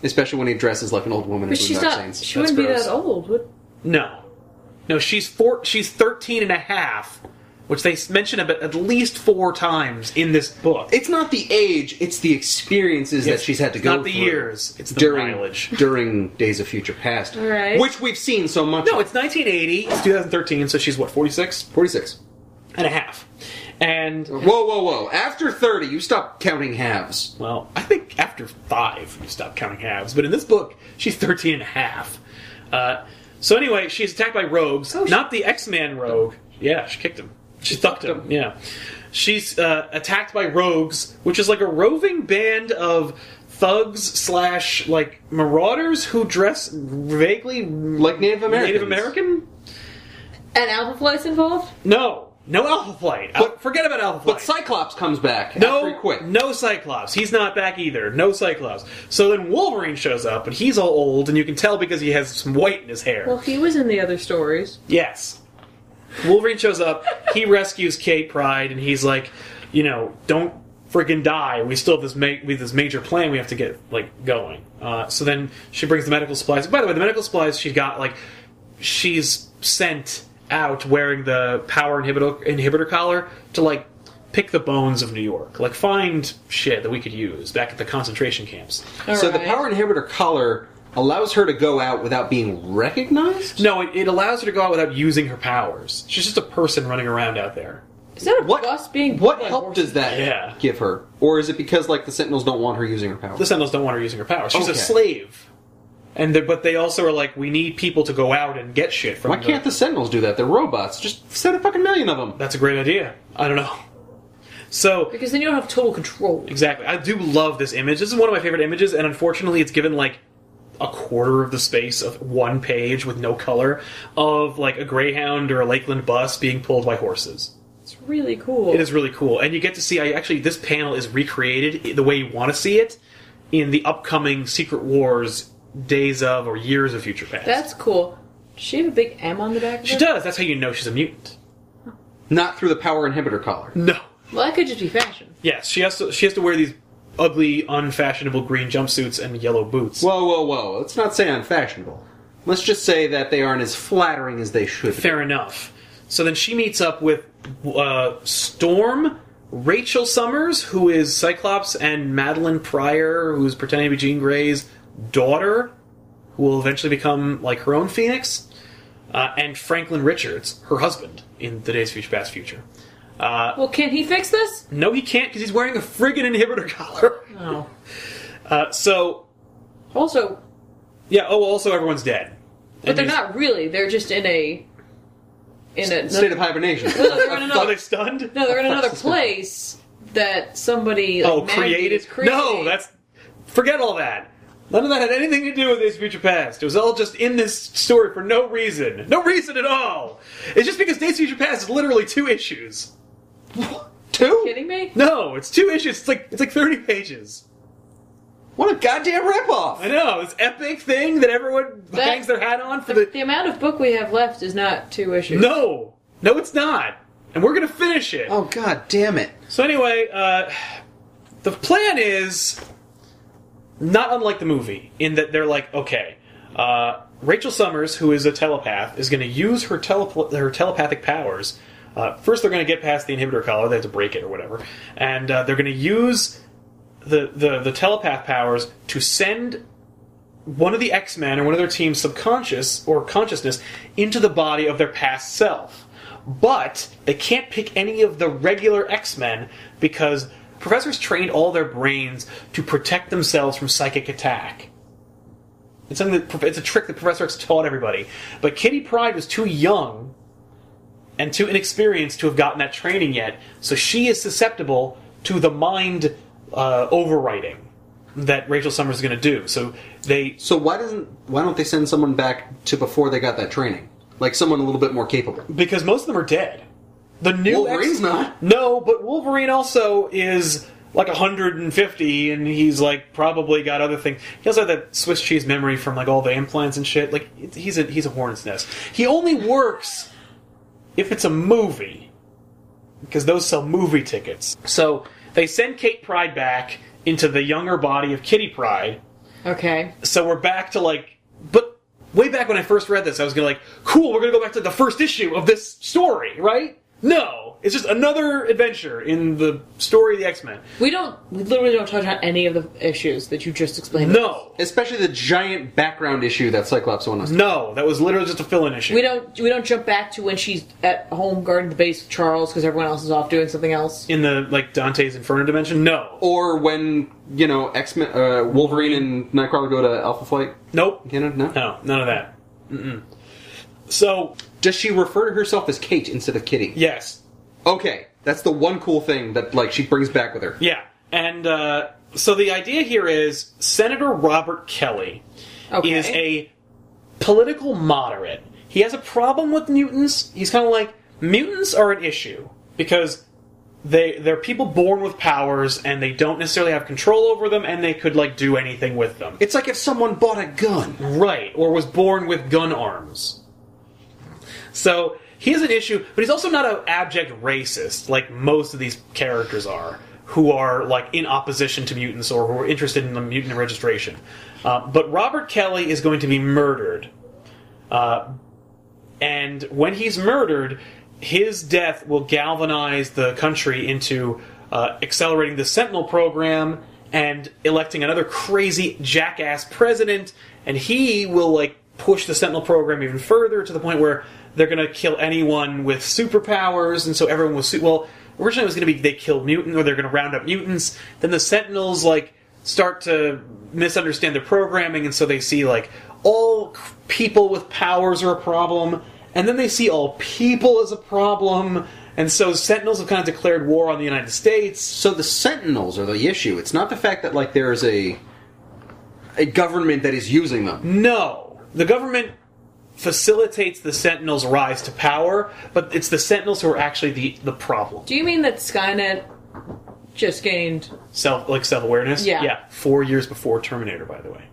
especially when he dresses like an old woman. in
But she's
Boondock
not.
Saints.
She wouldn't be
gross.
that old. Would,
No. No, she's four, she's 13 and a half, which they s- mention about at least four times in this book.
It's not the age; it's the experiences
It's-
that she's had to
it's
go
not the
through
years, it's the
during
mileage.
during Days of Future Past,
All right.
which we've seen so much.
No, it's 1980, it's 2013, so she's what, 46
forty six.
and a half. And,
Whoa, whoa, whoa! After thirty, you stop counting halves.
well, I think after five, you stop counting halves, but in this book, she's 13 and a half. Uh, so anyway, she's attacked by rogues,
Oh, she-
not the X-Man rogue. Yeah, she kicked him. She thucked him. Yeah. She's uh, attacked by rogues, which is like a roving band of thugs slash like marauders who dress vaguely
Like Native Americans.
Native American.
and Alpha Flight's involved.
No, no Alpha Flight. Al-
But-
forget about Alpha Flight.
But Cyclops comes back.
No,
after he quit.
no Cyclops. He's not back either. No Cyclops. So then Wolverine shows up, and he's all old, and you can tell because he has some white in his hair.
Well, he was in the other stories.
Yes. Wolverine shows up. He rescues Kate Pride, and he's like, you know, don't freaking die. We still have this ma- with this major plan. We have to get like going. Uh, so then she brings the medical supplies. By the way, the medical supplies she got like she's sent out wearing the power inhibitor inhibitor collar to like pick the bones of New York, like find shit that we could use back at the concentration camps.
All
so the
right.
power inhibitor collar allows her to go out without being recognized.
No, it, it allows her to go out without using her powers. She's just a person running around out there.
Is that a
What-
bus being?
What
pulled by
help
horses?
does that
Yeah.
give her? Or is it because like the Sentinels don't want her using her power?
the Sentinels don't want her using her power. She's a
Okay.
slave, and they but they also are like, we need people to go out and get shit from.
Why can't the Sentinels do that? They're robots. Just send a fucking million of them.
That's a great idea. I don't know. So
Because then you don't have total control.
exactly, I do love this image. This is one of my favorite images, and unfortunately, it's given like a quarter of the space of one page with no color of like a Greyhound or a Lakeland bus being pulled by horses.
It's really cool.
It is really cool, and you get to see. I actually this panel is recreated the way you want to see it in the upcoming Secret Wars days of or years of future past.
That's cool. Does she have a big M on the back of
She
her?
does. That's how you know she's a mutant.
Not through the power inhibitor collar.
No.
Well, that could just be fashion.
Yes, she has to. She has to wear these ugly, unfashionable green jumpsuits and yellow boots.
Whoa, whoa, whoa. Let's not say unfashionable. Let's just say that they aren't as flattering as they should be.
Fair enough. So then she meets up with uh, Storm, Rachel Summers, who is Cyclops, and Madeline Pryor, who's pretending to be Jean Grey's daughter, who will eventually become like her own Phoenix, uh, and Franklin Richards, her husband, in the Days of Future Past future. Uh,
Well, can he fix this?
No, he can't because he's wearing a friggin' inhibitor collar.
No.
Uh, so
Also,
Yeah. Oh, also everyone's dead.
but they're not really. They're just in a in a
State of hibernation.
no, they're in
Are
another
they stunned?
no, they're in another place that somebody like,
Oh,
Maggie
created?
is creating.
No, that's forget all that. None of that had anything to do with Days of Future Past. It was all just in this story for no reason, no reason at all. It's just because Days of Future Past is literally two issues.
Two?
kidding me.
No, it's two issues. It's like it's like thirty pages.
What a goddamn
I
ripoff!
know this epic thing that everyone
That-
hangs their hat on for
The,
the
the amount of book we have left is not two issues.
no, no, it's not, and we're gonna finish it.
Oh god damn it.
So anyway, uh, the plan is not unlike the movie in that they're like, okay, uh, Rachel Summers, who is a telepath, is going to use her tele- her telepathic powers. Uh, first, they're going to get past the inhibitor collar; they have to break it or whatever, and uh, they're going to use the, the the telepath powers to send one of the X Men or one of their team's subconscious or consciousness into the body of their past self. But they can't pick any of the regular X Men because professors trained all their brains to protect themselves from psychic attack. It's something that it's a trick that Professor X taught everybody. But Kitty Pride was too young and too inexperienced to have gotten that training yet, so she is susceptible to the mind uh, overwriting that Rachel Summers is going to do. So they
So why doesn't why don't they send someone back to before they got that training? Like someone a little bit more capable.
because most of them are dead. The new
Wolverine's
X-
not.
No, but Wolverine also is like 150, and he's like probably got other things. He also had that Swiss cheese memory from like all the implants and shit. Like it- he's a he's a hornet's nest. He only works if it's a movie because those sell movie tickets. So they send Kate Pride back into the younger body of Kitty Pride,
Okay.
so we're back to like but way back when i first read this i was gonna like cool we're gonna go back to the first issue of this story right no it's just another adventure in the story of the x-men
We don't. We literally don't touch on any of the issues that you just explained.
no
Especially the giant background issue that Cyclops won us.
no that was literally just a fill-in issue
We don't. We don't jump back to when she's at home guarding the base with Charles because everyone else is off doing something else.
in the like dante's inferno dimension no
Oh.
Or when, you know, X Men uh, Wolverine and Nightcrawler go to Alpha Flight.
nope
You know, no?
no none of that Mm-mm. so
Does she refer to herself as Kate instead of Kitty?
yes
Okay. That's the one cool thing that like she brings back with her.
yeah and uh, so the idea here is senator robert kelly
Okay.
is a political moderate. He has a problem with mutants. He's kind of like mutants are an issue because they they're people born with powers and they don't necessarily have control over them and they could like do anything with them.
It's like if someone bought a gun.
Right, or was born with gun arms. So he has an issue, but he's also not an abject racist like most of these characters are, who are like in opposition to mutants or who are interested in the mutant registration. Uh, but Robert Kelly is going to be murdered. Uh, and when he's murdered, his death will galvanize the country into uh, accelerating the Sentinel program and electing another crazy jackass president. And he will like push the Sentinel program even further to the point where they're going to kill anyone with superpowers, and so everyone will see. Well, originally it was going to be they kill mutant or they're going to round up mutants. Then the Sentinels like start to misunderstand the programming, and so they see like all c- people with powers are a problem, and then they see all people as a problem, and so Sentinels have kind of declared war on the United States.
So the Sentinels are the issue. It's not the fact that like there is a a government that is using
Mm.
them.
No, the government facilitates the Sentinels' rise to power, but it's the Sentinels who are actually the the problem.
Do you mean that Skynet just gained?
Self like self awareness.
Yeah.
yeah. Four years before Terminator, by the way.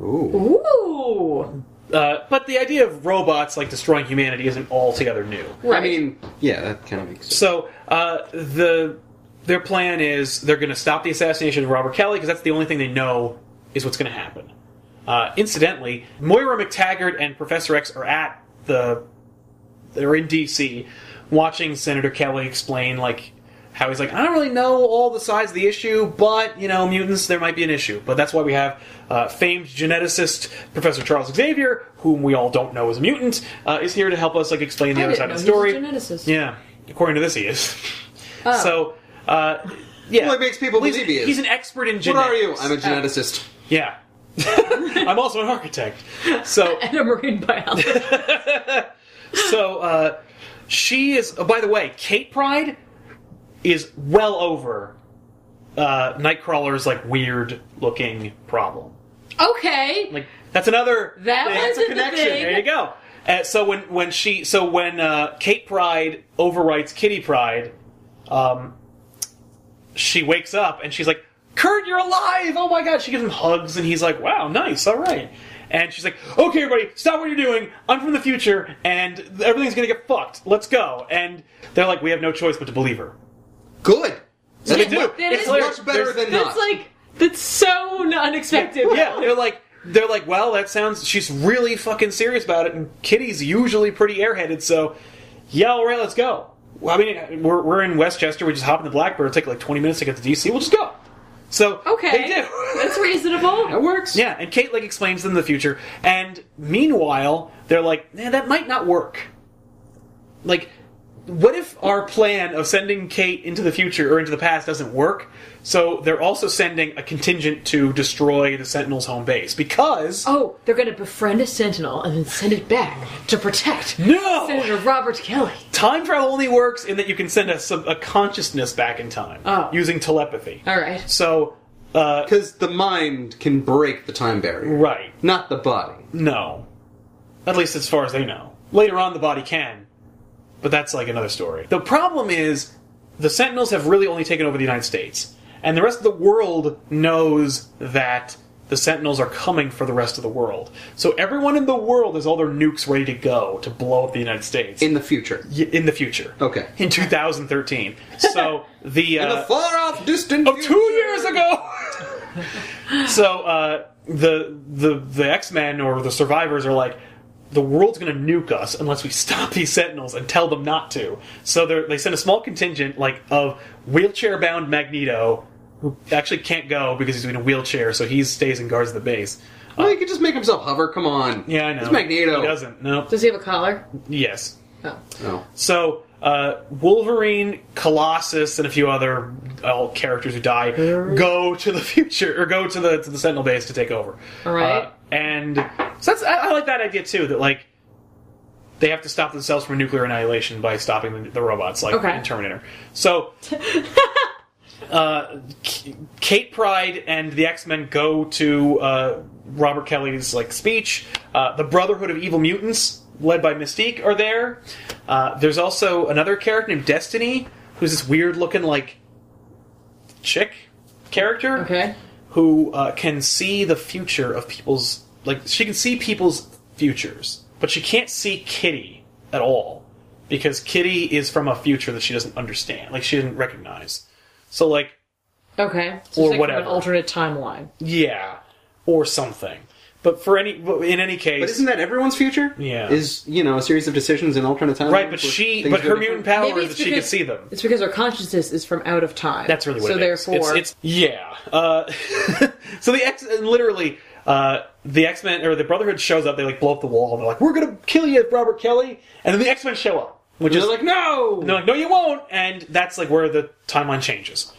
Ooh.
Ooh.
Uh, but the idea of robots like destroying humanity isn't altogether new.
I mean, yeah, that kind of makes sense.
So uh, the their plan is they're going to stop the assassination of Robert Kelly because that's the only thing they know is what's going to happen. Uh, incidentally, Moira McTaggart and Professor X are at the they're in D.C. watching Senator Kelly explain like how he's like I don't really know all the sides of the issue, but you know mutants there might be an issue. But that's why we have uh, famed geneticist Professor Charles Xavier, whom we all don't know is a mutant, uh, is here to help us like explain the
I
other side
didn't
of the
know
story.
he was a geneticist.
Yeah, according to this, he is.
Oh.
So, uh, yeah.
Well, it makes people
he's,
believe he is.
He's an expert in
What
genetics.
are you? I'm a geneticist.
yeah. I'm also an architect. So,
and a marine biologist.
so uh, She is. Oh, by the way, Kate Pride is well over uh, Nightcrawler's like weird looking problem.
Okay.
Like that's another
That
thing.
was
that's a
a
connection.
thing.
There you go. Uh, so when when she so when uh, Kate Pride overwrites Kitty Pride, um, she wakes up and she's like, "Kurt, you're alive! Oh my god!" She gives him hugs and he's like, "Wow, nice, all right." And she's like, "Okay, everybody, stop what you're doing. I'm from the future, and everything's gonna get fucked. Let's go." And they're like, "We have no choice but to believe her."
Good. So
They
it's
do.
much-
That
It's
is-
much better
There's-
than
That's
not.
like that's so unexpected.
yeah, they're like they're like, well, that sounds she's really fucking serious about it, and Kitty's usually pretty airheaded, so yeah, all right, let's go. Well, I mean, we're, we're in Westchester. We just hop in the Blackbird. It'll take like twenty minutes to get to DC. We'll just go. So
Okay.
they do.
That's reasonable.
that works.
Yeah, and Kate like explains them the future, and meanwhile they're like, man, that might not work. Like, what if our plan of sending Kate into the future or into the past doesn't work? So they're also sending a contingent to destroy the Sentinel's home base because
Oh, they're gonna befriend a sentinel and then send it back to protect
No!
Senator Robert Kelly.
time travel only works in that you can send a, sub- a consciousness back in time
Oh.
using telepathy.
All right.
So, uh,
Because the mind can break the time barrier,
right,
not the body.
no, at least as far as they know. Later on, the body can, but that's like another story. The problem is the Sentinels have really only taken over the United States, and the rest of the world knows that the Sentinels are coming for the rest of the world. So everyone in the world has all their nukes ready to go to blow up the United States
In the future.
Y- in the future.
Okay.
in 2013. So the
In
uh,
the far off distant
of
future.
two years ago. so uh, the the the X Men or the survivors are like. The world's going to nuke us unless we stop these Sentinels and tell them not to. So they're- they send a small contingent, like of wheelchair-bound Magneto, who actually can't go because he's in a wheelchair, so he stays and guards the base.
Well, he could just make himself hover. Come on.
Uh, Yeah, I know.
It's Magneto.
He doesn't. No.
Does he have a collar?
Yes.
Oh.
No.
So uh, Wolverine, Colossus, and a few other all characters who die go to the future or go to the to the Sentinel base to take over.
All right.
Uh, and so that's I, I like that idea too. That like they have to stop themselves from nuclear annihilation by stopping the, the robots, like
Okay.
in Terminator. So. Uh, K- Kate Pride and the X Men go to uh, Robert Kelly's like speech. Uh, the Brotherhood of Evil Mutants, led by Mystique, are there. Uh, there's also another character named Destiny, who's this weird looking like chick character
Okay.
who uh, can see the future of people's like she can see people's futures, but she can't see Kitty at all because Kitty is from a future that she doesn't understand, like she didn't recognize. So like
Okay. So it's
Or
like from
whatever.
An alternate timeline.
yeah, or something. But for any but in any case,
But isn't that everyone's future?
Yeah.
Is, you know, a series of decisions in alternate timelines?
right? But
where
she
things
but
go
her
different?
mutant power
Maybe
is
it's
that she can
because-
see them.
It's because our consciousness is from out of time.
That's really what
so
it is.
therefore,
It's, it's yeah. Uh, so the X and literally uh, the X Men or the Brotherhood shows up. They like blow up the wall. and They're like, "We're gonna kill you, Robert Kelly," and then the X Men show up, which
They're
is like,
like, no!
they're like, "No, you won't." And that's like where the timeline changes.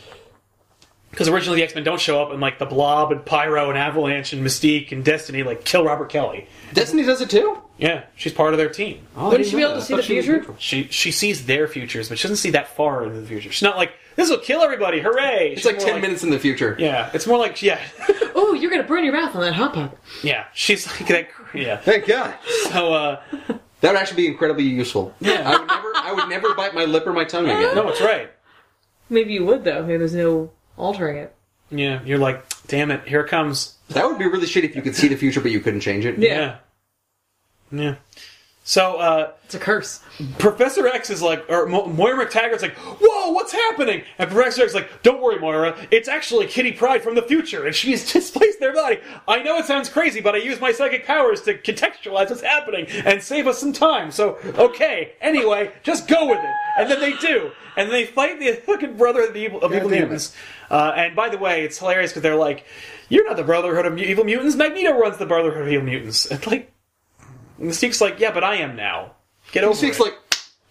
Because originally the X Men don't show up, and like the Blob and Pyro and Avalanche and Mystique and Destiny like kill Robert Kelly.
Destiny does it too?
Yeah, she's part of their team.
Oh, I
Wouldn't she
didn't
be
know
able to
that.
see
I thought
the
she was
future?
neutral.
She she sees their futures, but she doesn't see that far into the future. She's not like this will kill everybody, hooray!
It's like 10 minutes in the future.
Yeah, it's more like yeah,
oh, you're gonna burn your mouth on that hot pocket.
yeah. She's like that. Yeah.
Thank God.
So uh,
That would actually be incredibly useful. Yeah. I would never, I would never bite my lip or my tongue again.
no, it's right.
Maybe you would though. Maybe there's no altering it.
Yeah, you're like, damn it, here it comes.
That would be really shitty if you could see the future but you couldn't change it.
Yeah. Yeah. So uh,
It's a curse.
Professor X is like, or Mo- Moira McTaggart's like, whoa, what's happening? And Professor X's like, don't worry, Moira, it's actually Kitty Pride from the future, and she's displaced their body. I know it sounds crazy, but I use my psychic powers to contextualize what's happening and save us some time. So, okay, anyway, just go with it. And then they do, and they fight the fucking brother of the evil, of evil
damn it.
mutants. Uh, and by the way, it's hilarious because they're like, you're not the Brotherhood of Mu- Evil Mutants. Magneto runs the Brotherhood of Evil Mutants. And like, Mystique's like, yeah, but I am now. Get over
Mystique's
it.
like,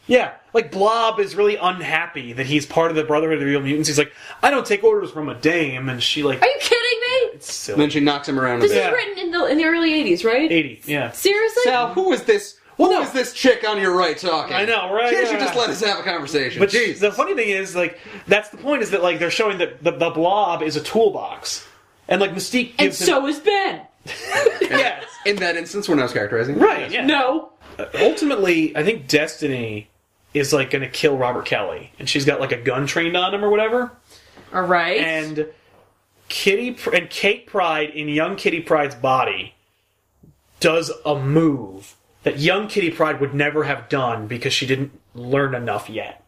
Yeah, like Blob is really unhappy that he's part of the Brotherhood of Evil Mutants. He's like, I don't take orders from a dame, and she like
Are you kidding me?
it's
and then
silly.
she knocks him around a
This
bit.
Yeah.
is written in the in the early '80s, right?
Eighty, yeah.
Seriously?
Sal, who was this
Well,
Who
no,
is this chick on your right talking?
I know, right,
Can't you
yeah.
just let us have a conversation?
But
Jeez.
the funny thing is, like, that's the point is that like they're showing that the, the blob is a toolbox, and like Mystique
And
gives him-
so is Ben.
yes,
In that instance, when I was characterizing,
right, yeah.
No.
Ultimately, I think Destiny is like going to kill Robert Kelly, and she's got like a gun trained on him or whatever,
All right.
and Kitty Pr- and Kate Pride in young Kitty Pride's body does a move that young Kitty Pride would never have done because she didn't learn enough yet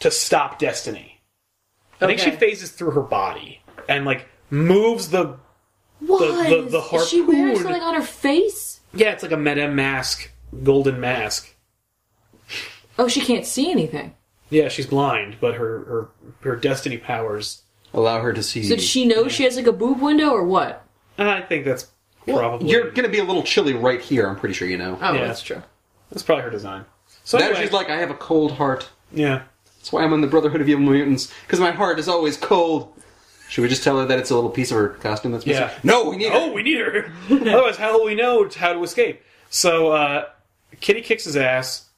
to stop Destiny. I think she
Okay.
phases through her body and like moves the
What?
the- the
Is she wearing
harpoon.
something on her face?
yeah, it's like a meta mask, golden mask.
Oh, she can't see anything.
Yeah, she's blind, but her her her destiny powers.
allow her to see.
So does she know she has like a boob window or what?
I think that's probably
You're going to be a little chilly right here. I'm pretty sure you know.
Oh,
Yeah.
that's true.
that's probably her design. So
That
anyway,
she's like, I have a cold heart.
yeah.
That's why I'm in the Brotherhood of Evil Mutants because my heart is always cold. Should we just tell her that it's a little piece of her costume that's missing?
Yeah.
No, we need.
Oh, we need her. Otherwise, how will we know how to escape? So uh, Kitty kicks his ass,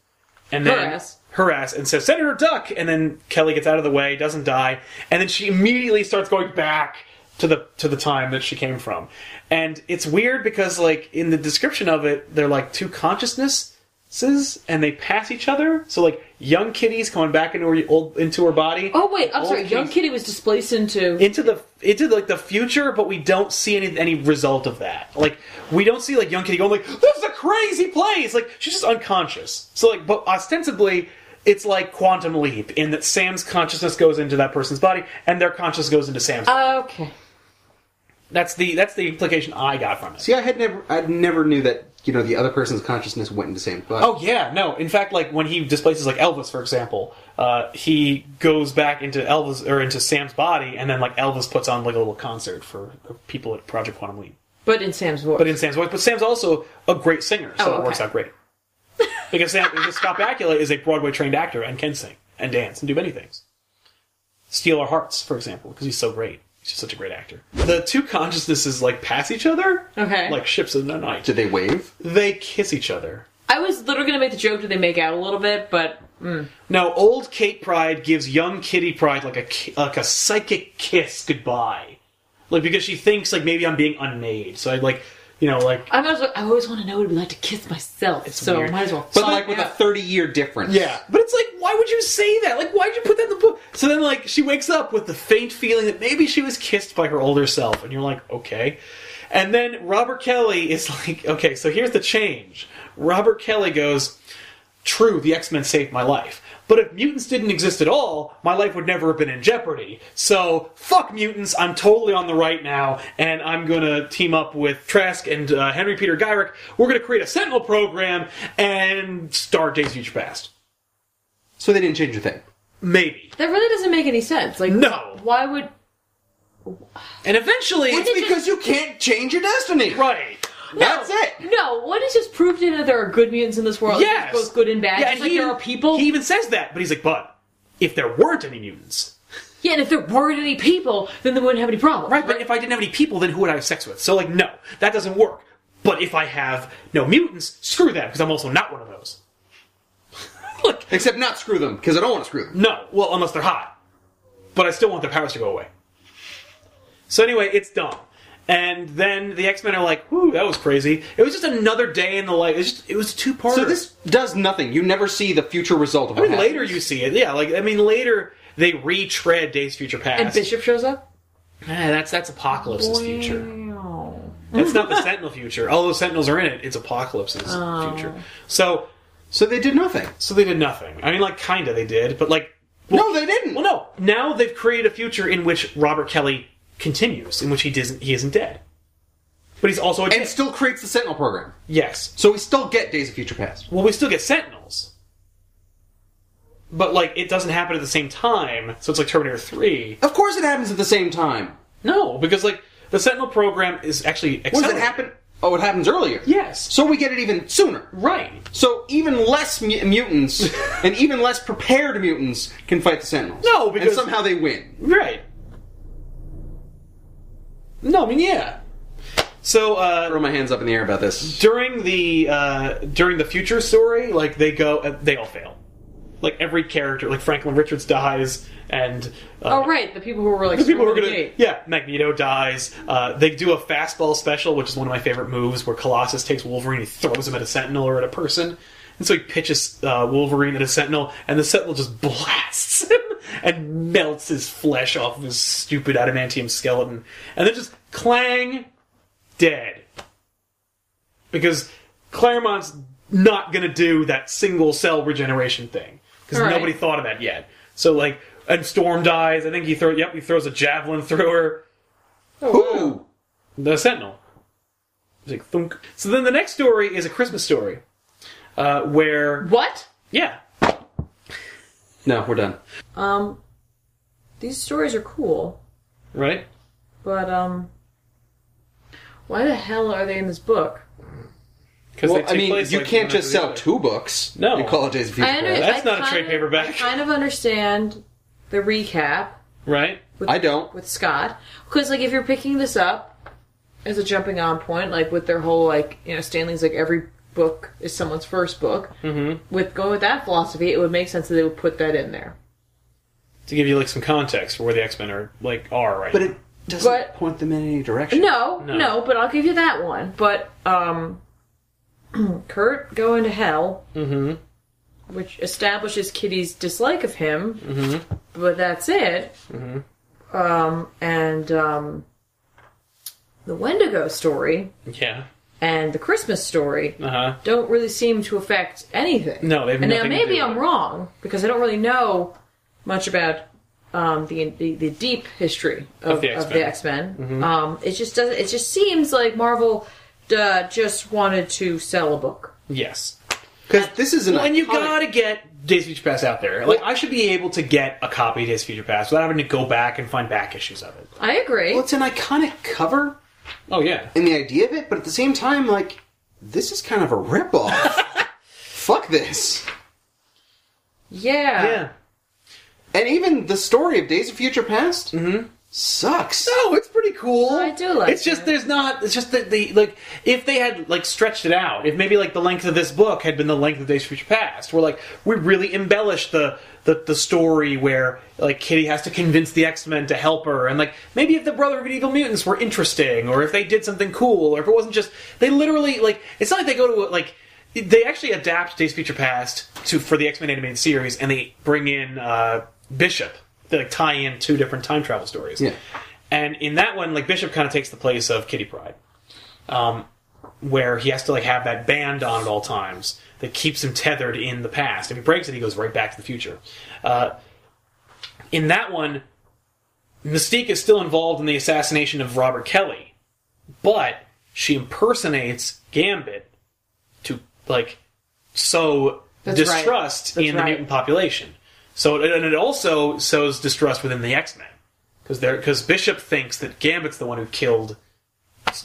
and then
Her ass.
her ass, and says, "Senator Duck." And then Kelly gets out of the way, doesn't die, and then she immediately starts going back to the to the time that she came from. And it's weird because, like, in the description of it, they're like two consciousnesses, and they pass each other. So, like, young Kitty's coming back into her old into her body.
Oh wait, I'm
Old
sorry. Young
Kitty-
Kitty was displaced into.
into the into like the future, but we don't see any any result of that. Like we don't see like young Kitty going like this is a crazy place. Like she's just unconscious. So like, but ostensibly. It's like quantum leap in that Sam's consciousness goes into that person's body, and their consciousness goes into Sam's.
okay.
that's the that's the implication I got from it.
See, I had never, I never knew that you know the other person's consciousness went into Sam's body.
Oh yeah, no. In fact, like when he displaces like Elvis, for example, uh, he goes back into Elvis or into Sam's body, and then like Elvis puts on like a little concert for the people at Project Quantum Leap.
But in Sam's voice.
but in Sam's voice. But Sam's also a great singer, so
Oh,
it works
okay.
out great. Because Sam, because Scott Bakula is a Broadway trained actor and can sing and dance and do many things. Steal Our Hearts, for example, because he's so great. He's just such a great actor. The two consciousnesses like pass each other,
Okay.
like ships in the night.
Did they wave?
They kiss each other.
I was literally gonna make the joke. Did they make out a little bit? But
Now, old Kate Pride gives young Kitty Pride like a ki- like a psychic kiss goodbye, like because she thinks like maybe I'm being unmade. So I like you know like
I might as well. I always want to know what it'd be like to kiss myself. so
weird.
I might as well.
But
find
like with a
out.
thirty-year difference.
Yeah, but it's like, why would you say that? Like, why'd you put that in the book? So then, like, she wakes up with the faint feeling that maybe she was kissed by her older self, and you're like, okay. And then Robert Kelly is like, okay, so here's the change. Robert Kelly goes, true, the X Men saved my life. But if mutants didn't exist at all, my life would never have been in jeopardy. So, fuck mutants, I'm totally on the right now, and I'm gonna team up with Trask and uh, Henry Peter Gyrick. We're gonna create a Sentinel program and start Days of Future Past.
So they didn't change a thing.
Maybe.
that really doesn't make any sense. Like
No.
Why would?
And eventually,
It's because you can't change your destiny.
right.
That's
No.
it.
No, what is just proof to me that there are good mutants in this world?
Yes.
Both good and bad.
Yeah,
just like there are people.
He even says that, but he's like, but if there weren't any mutants,
yeah, and if there weren't any people, then they wouldn't have any problem.
right? But if I didn't have any people, then who would I have sex with? So like, no, that doesn't work. But if I have no mutants, screw them because I'm also not one of those. Look,
Except not screw them because I don't want to screw them.
no, well, unless they're hot, but I still want their powers to go away. So anyway, it's dumb. And then the X Men are like, "Ooh, that was crazy." It was just another day in the life. It was, just, it was two part.
So this does nothing. You never see the future result of.
I mean, later you see it. Yeah, like I mean, later they retread Days of Future Past.
And Bishop shows up.
Eh, that's that's Apocalypse's future.
Wow.
That's not the Sentinel future. Although Sentinels are in it, it's Apocalypse's
Oh.
future. So
So they did nothing.
so they did nothing. I mean, like kind of they did, but like
no, they didn't.
well, no. Now they've created a future in which Robert Kelly continues, in which he doesn't he isn't dead, but he's also a
And still creates the Sentinel program.
yes.
So we still get Days of Future Past.
Well, we still get Sentinels. But like it doesn't happen at the same time, so it's like Terminator Three.
Of course, it happens at the same time.
No, because like the Sentinel program is actually
What does
accelerated.
it happen? Oh, it happens earlier.
Yes.
So we get it even sooner.
Right.
So even less mu- mutants and even less prepared mutants can fight the Sentinels.
No, because-
and somehow they win.
Right. No, I mean yeah. So uh,
Throw my hands up in the air about this.
during the uh, during the future story, like they go, uh, they all fail. Like every character, like Franklin Richards dies, and uh,
Oh right, the people who were like
the people who are
screaming
gonna
at the gate.
yeah, Magneto dies. Uh, they do a fastball special, which is one of my favorite moves, where Colossus takes Wolverine, he throws him at a Sentinel or at a person, and so he pitches uh, Wolverine at a Sentinel, and the Sentinel just blasts him and melts his flesh off of his stupid adamantium skeleton, and then just clang, dead because Claremont's not going to do that single cell regeneration thing because
Right.
nobody thought of that yet. So like, and Storm dies. I think he throws. Yep, he throws a javelin thrower.
Ooh!
The Sentinel. It's like thunk. So then the next story is a Christmas story, uh, where
What?
yeah,
No, we're done.
Um, these stories are cool,
right.
but um, why the hell are they in this book?
Because
Well, I mean, you can't just sell two books.
No.
You call it Days of Future
I under-
Past.
That's
I
not a
kinda-
trade paperback.
I kind of understand the recap
right.
I don't.
with Scott because, like, if you're picking this up as a jumping on point, like with their whole like you know Stanley's like every book is someone's first book. Mm-hmm. With going with that philosophy, it would make sense that they would put that in there.
To give you like some context for where the X Men are like are right.
But
now.
it doesn't
But-
point them in any direction.
No,
No.
no, but I'll give you that one. But um Kurt going to hell, mm-hmm. which establishes Kitty's dislike of him, mm-hmm. but that's it. Mm-hmm. Um, and um, the Wendigo story
yeah.
and the Christmas story
Uh huh.
don't really seem to affect anything.
No, they have
and now
nothing to
maybe
do with
I'm
it.
wrong because I don't really know much about um, the, the the deep history of,
Of the X-Men.
of
Mm-hmm.
the X Men. Um, it just doesn't. It just seems like Marvel uh, just wanted to sell a book.
Yes.
Because this is an
Well, and you
iconic-
gotta get Days of Future Past out there. Like, I should be able to get a copy of Days of Future Past without having to go back and find back issues of it.
I agree.
Well, it's an iconic cover
Oh yeah,
and the idea of it, but at the same time, like, this is kind of a ripoff. Fuck this.
yeah.
yeah.
And even the story of Days of Future Past sucks.
No, it's pretty cool.
I do like
It's just
it.
there's not. It's just that the like if they had like stretched it out, if maybe like the length of this book had been the length of Days of Future Past, where like we really embellished the the, the story where like Kitty has to convince the X Men to help her, and like maybe if the Brotherhood of Evil Mutants were interesting, or if they did something cool, or if it wasn't just they literally like it's not like they go to like. They actually adapt Days of Future Past to for the X Men animated series, and they bring in uh, Bishop. They like tie in two different time travel stories.
Yeah.
And in that one, like Bishop kind of takes the place of Kitty Pride, um, where he has to like have that band on at all times that keeps him tethered in the past. If he breaks it, he goes right back to the future. Uh, in that one, Mystique is still involved in the assassination of Robert Kelly, but she impersonates Gambit to like sow
That's right.
distrust
That's
in the
right.
mutant population. So and it also sows distrust within the X Men because they're because Bishop thinks that Gambit's the one who killed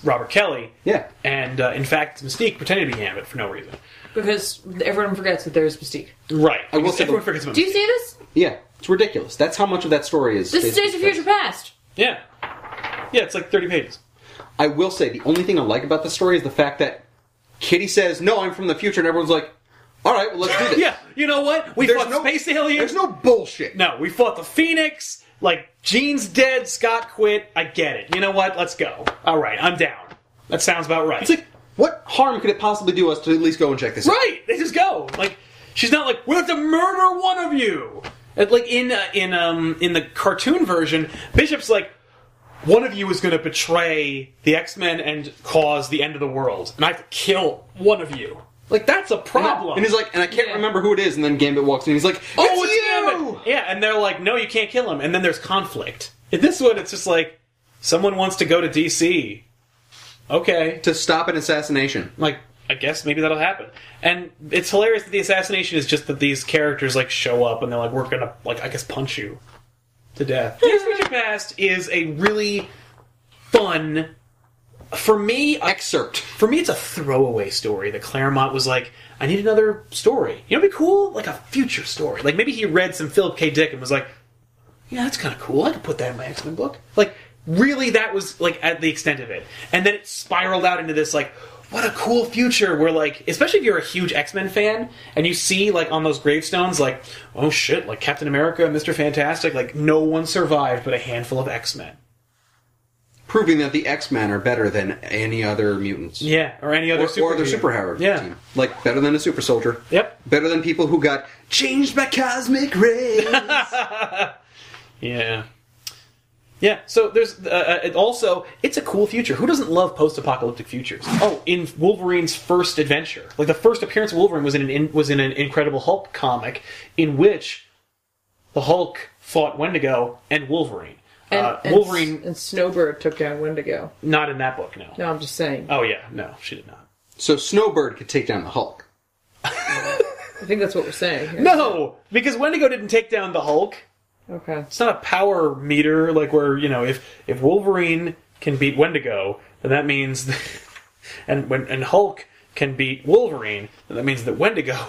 Robert Kelly.
Yeah.
And uh, in fact, Mystique pretended to be Gambit for no reason.
Because everyone forgets that there's Mystique.
Right. I
will
will
say
everyone
the-
forgets about
Do you see this?
Yeah, it's ridiculous. That's how much of that story is.
This is Days of Future Past.
Yeah. Yeah, it's like 30 pages.
I will say the only thing I like about the story is the fact that Kitty says, "No, I'm from the future," and everyone's like, "All right, well, let's do this."
Yeah, you know what? We
There's
fought
no-
Space Aliens.
There's no bullshit.
No, we fought the Phoenix. Like, Jean's dead. Scott quit. I get it. You know what? Let's go. All right, I'm down. That sounds about right.
It's like, what harm could it possibly do us to at least go and check this out?
Right. They just go. Like she's not like we have to murder one of you. And, Like in uh, in um in the cartoon version, Bishop's like one of you is going to betray the X Men and cause the end of the world, and I have to kill one of you. Like that's a problem.
And he's like, and I can't
Yeah.
remember who it is. And then Gambit walks in. and He's like, "Oh,
Oh,
it's,
it's
you!"
Gambit! Yeah, and they're like, no, you can't kill him. And then there's conflict. In this one, it's just like someone wants to go to DC. Okay.
To stop an assassination.
like I guess maybe that'll happen. And it's hilarious that the assassination is just that these characters like show up and they're like, we're gonna like I guess punch you to death. Days of Future Past is a really fun for me. I-
Excerpt.
for me, it's a throwaway story that Claremont was like, I need another story. You know, what'd be cool like a future story. Like maybe he read some Philip K. Dick and was like, yeah, that's kind of cool. I could put that in my X Men book. Like, really, that was like at the extent of it. And then it spiraled out into this like, what a cool future where like, especially if you're a huge X Men fan and you see like on those gravestones like, oh shit, like Captain America, and Mister Fantastic, like no one survived but a handful of X Men.
Proving that the X Men are better than any other mutants.
Yeah, or any other
Or,
super
or their superpower
Yeah.
team. Like, better than a super soldier.
Yep.
Better than people who got changed by cosmic rays.
Yeah. Yeah, so there's uh, uh, it also it's a cool future. Who doesn't love post-apocalyptic futures? Oh, in Wolverine's first adventure, like the first appearance of Wolverine was in an in, was in an Incredible Hulk comic, in which the Hulk fought Wendigo and Wolverine.
And,
uh,
and-
Wolverine,
and Snowbird took down Wendigo.
not in that book, no.
No, I'm just saying.
Oh yeah, no, she did not.
so Snowbird could take down the Hulk.
I think that's what we're saying. here.
No, because Wendigo didn't take down the Hulk.
Okay.
it's not a power meter like where you know if if Wolverine can beat Wendigo, then that means that, and when and Hulk can beat Wolverine, then that means that Wendigo.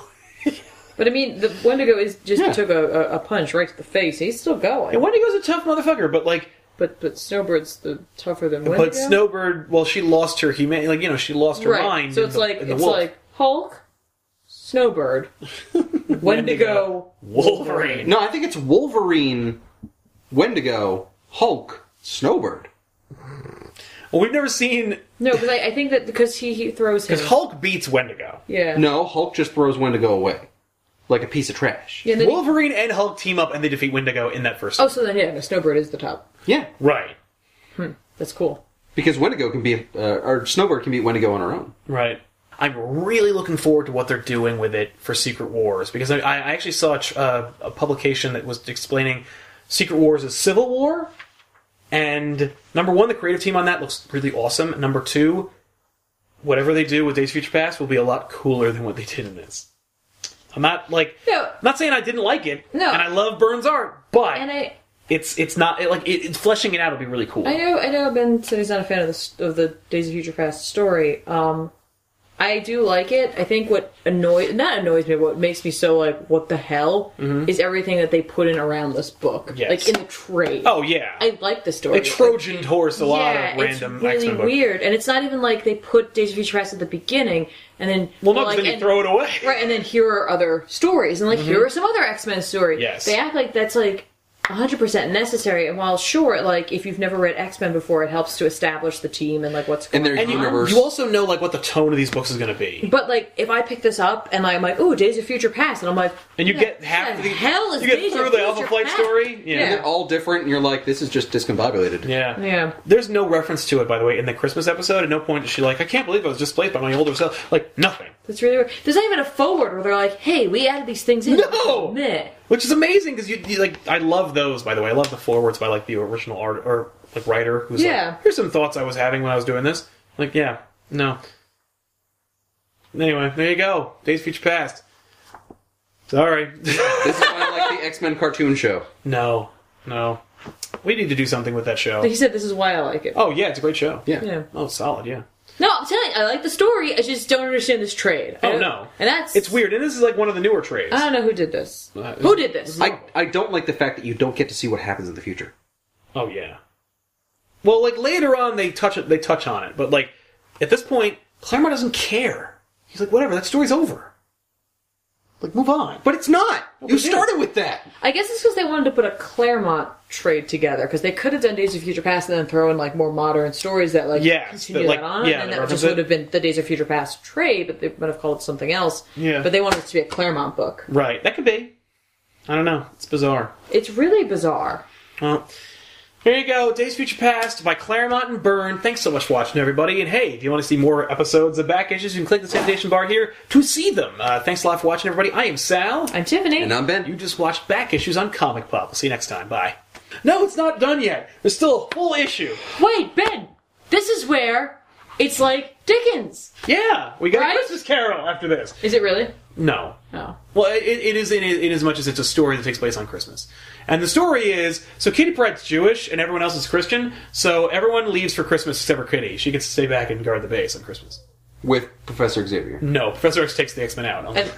But I mean, the Wendigo is just
Yeah.
took a, a, a punch right to the face. He's still going.
And Wendigo's a tough motherfucker, but like,
But but Snowbird's the tougher than Wendigo.
but Snowbird, well, she lost her human, like you know, she lost her
right.
mind.
So
in
it's
the-
like
in the
it's
wolf.
like Hulk, Snowbird, Wendigo,
Wolverine.
No, I think it's Wolverine, Wendigo, Hulk, Snowbird.
Well, we've never seen
No, because I, I think that because he, he throws him.
because Hulk beats Wendigo.
yeah.
No, Hulk just throws Wendigo away. Like a piece of trash.
Yeah, and then he-
Wolverine and Hulk team up and they defeat Wendigo in that first.
oh, so then yeah, no, Snowbird is the top.
Yeah,
Right,
That's cool.
because Wendigo can be, uh, or Snowbird can beat Wendigo on her own.
Right. I'm really looking forward to what they're doing with it for Secret Wars because I, I actually saw a, tr- uh, a publication that was explaining Secret Wars is Civil War, and number one, the creative team on that looks really awesome. And number two, whatever they do with Days of Future Past will be a lot cooler than what they did in this. I'm not like
No.
I'm not saying I didn't like it,
No.
and I love Burns art, but
And I
it's it's not it, like it, it's fleshing it out will be really cool.
I know I know Ben said he's not a fan of the s- of the Days of Future Past story. Um, I do like it. I think what annoys not annoys me, what makes me so like what the hell is everything that they put in around this book,
Mm-hmm. Yes.
like in the trade.
Oh yeah,
I like the story.
it Trojan horse a lot
yeah,
of random
it's really
X-Men books.
weird, and it's not even like they put Days of Future Past at the beginning and then
Well, no, because
like,
then you
and-
throw it away.
right, and then here are other stories, and like here are some other X Men stories.
Yes.
they act like that's like. 100% necessary, and while sure, like if you've never read X Men before, it helps to establish the team and like what's going
And their
And you,
on.
universe.
you also know like what the tone of these books is going to be,
But like, if I pick this up and I'm like, "Oh, Days of Future Past," and I'm like,
and you
"What
get half
the
of the
hell is
you get
Days
through
of
the
Future
Alpha Flight
Past?
story.
They're
Yeah.
all different, and you're like, this is just discombobulated.
yeah,
Yeah.
There's no reference to it, by the way, in the Christmas episode. At no point is she like, "I can't believe I was displaced by my older self." Like nothing,
That's really weird. There's not even a forward where they're like, "Hey, we added these things in."
No!
Meh.
which is amazing because you, you like. I love those, by the way. I love the forwards by like the original art or like writer who's
Yeah.
like, "Here's some thoughts I was having when I was doing this." Like, yeah, no. Anyway, there you go. Days of Future Past. Sorry.
This is why I like the X Men cartoon show.
No, no. We need to do something with that show.
He said, "This is why I like it."
Oh yeah, it's a great show.
Yeah.
Yeah.
Oh, it's solid. Yeah.
No, I'm telling you, I like the story. I just don't understand this trade. I
Oh,
don't-
no.
And that's
It's weird, and this is like one of the newer trades.
I don't know who did this.
Uh,
who did this?
I, I don't like the fact that you don't get to see what happens in the future.
oh yeah. Well, like later on, they touch it. They touch on it, but like at this point, Claremont doesn't care. He's like, whatever. That story's over. Like, move on.
But it's not! you
it is.
started with that!
I guess it's because they wanted to put a Claremont trade together because they could have done Days of Future Past and then throw in like more modern stories that like
Yes,
continue
that, like,
that on,
yeah,
and
that
that
reference
just
it.
would have been the Days of Future Past trade, but they would have called it something else.
Yeah.
But they wanted it to be a Claremont book.
Right. That could be. I don't know. It's bizarre.
It's really bizarre.
Well, here you go. Days of Future Past by Claremont and Byrne. Thanks so much for watching, everybody. And hey, if you want to see more episodes of Back Issues, you can click the sanitation bar here to see them. Uh, thanks a lot for watching, everybody. I am Sal.
I'm Tiffany.
And I'm Ben.
You just watched Back Issues on Comic Pop. We'll see you next time. Bye. No, it's not done yet. There's still a whole issue.
Wait, Ben, this is where it's like Dickens.
Yeah, we got
Right?
a Christmas Carol after this.
Is it really? Oh.
No.
No.
Well, it, it is in, in as much as it's a story that takes place on Christmas. And the story is so Kitty Pride's Jewish and everyone else is Christian, so everyone leaves for Christmas except for Kitty. She gets to stay back and guard the base on Christmas.
With Professor Xavier.
No, Professor X takes the X Men out.
And, and,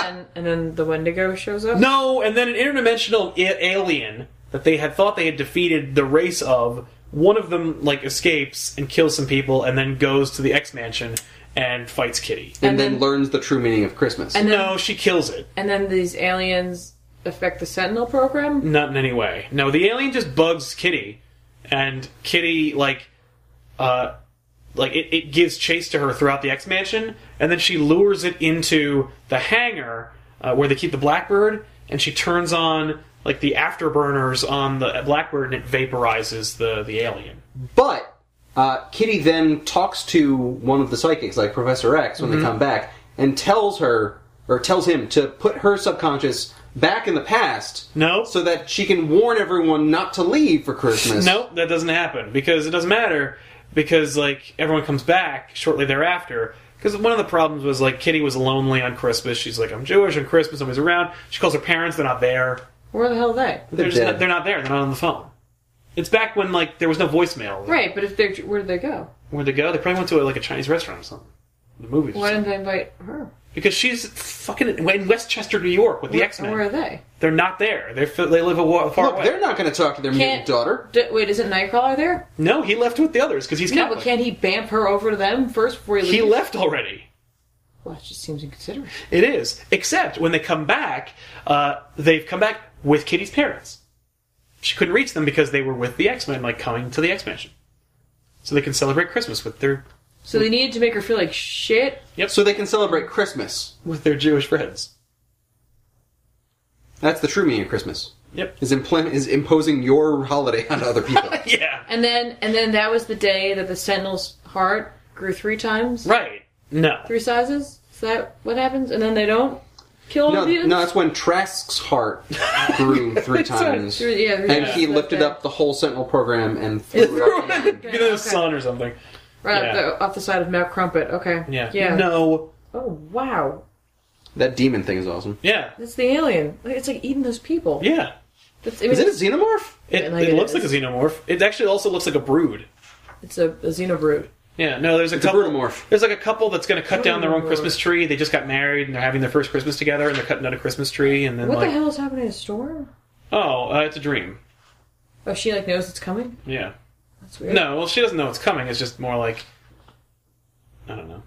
then, and then the Wendigo shows up.
no, and then an interdimensional I- alien that they had thought they had defeated the race of. One of them like escapes and kills some people, and then goes to the X mansion and fights Kitty.
and,
And
then,
then-
learns the true meaning of Christmas.
And then,
No, she kills it.
and then these aliens affect the Sentinel program.
Not in any way. No, the alien just bugs Kitty, and Kitty like, uh, like it, it gives chase to her throughout the X Mansion, and then she lures it into the hangar uh, where they keep the Blackbird, and she turns on like the afterburners on the Blackbird, and it vaporizes the the alien.
But uh, Kitty then talks to one of the psychics, like Professor X, when they come back, and tells her or tells him to put her subconscious back in the past.
No.
So that she can warn everyone not to leave for Christmas.
No, that doesn't happen because it doesn't matter because like everyone comes back shortly thereafter. Because one of the problems was like Kitty was lonely on Christmas. She's like, I'm Jewish on Christmas. Nobody's around. She calls her parents. They're not there.
Where the hell are they?
They're, just
dead.
not, they're not there. They're not on the phone. It's back when like there was no voicemail.
Right, but if they're where did they go?
Where'd they go? They probably went to like a Chinese restaurant or something. The movies. or
Why
something.
didn't they invite her?
Because she's fucking in Westchester, New York, with the
Where-
X Men.
Where are they?
They're not there. They're, fi- they live a wa- far
Look,
away.
they're not going to talk to their mutant
Can't-
daughter.
D- wait, isn't Nightcrawler there?
No, he left with the others because he's
No,
Catholic.
but can't he bamf her over to them first before he leaves?
he left already.
Well, that just seems inconsiderate.
It is. Except when they come back, uh, they've come back with Kitty's parents. She couldn't reach them because they were with the X Men, like coming to the X Mansion. So they can celebrate Christmas with their
So they needed to make her feel like shit.
So they can celebrate Christmas.
with their Jewish friends.
That's the true meaning of Christmas.
Yep.
Is, impl- is imposing your holiday on other people.
Yeah.
And then, and then that was the day that the Sentinel's heart grew three times,
Right. No.
three sizes. Is that what happens? And then they don't kill all
No,
the mutants.
no, that's when Trask's heart grew three times.
Three- yeah, three
and
times
he
that
lifted
day.
up the whole Sentinel program and threw it up.
Get in the sun or something.
right
yeah.
off, the, off the side of Mount Crumpet. Okay.
Yeah.
Yeah.
No.
Oh wow,
That demon thing is awesome.
Yeah.
that's the alien. Like, It's like eating those people.
Yeah.
That's, I mean,
Is it a xenomorph?
It,
Like
it
it
looks like a
is.
xenomorph. It actually also looks like a brood.
It's a, a xenobrood.
Yeah, no, there's a
a
couple.
brutamorph.
There's like a couple that's going to cut down their own
Brutamorph.
Christmas tree. They just got married and they're having their first Christmas together, and they're cutting down a Christmas tree, and then
What
like,
the hell is happening to Storm?
oh, uh, it's a dream.
Oh, she like knows it's coming.
Yeah.
That's weird.
No, well, she doesn't know it's coming. It's just more like I don't know.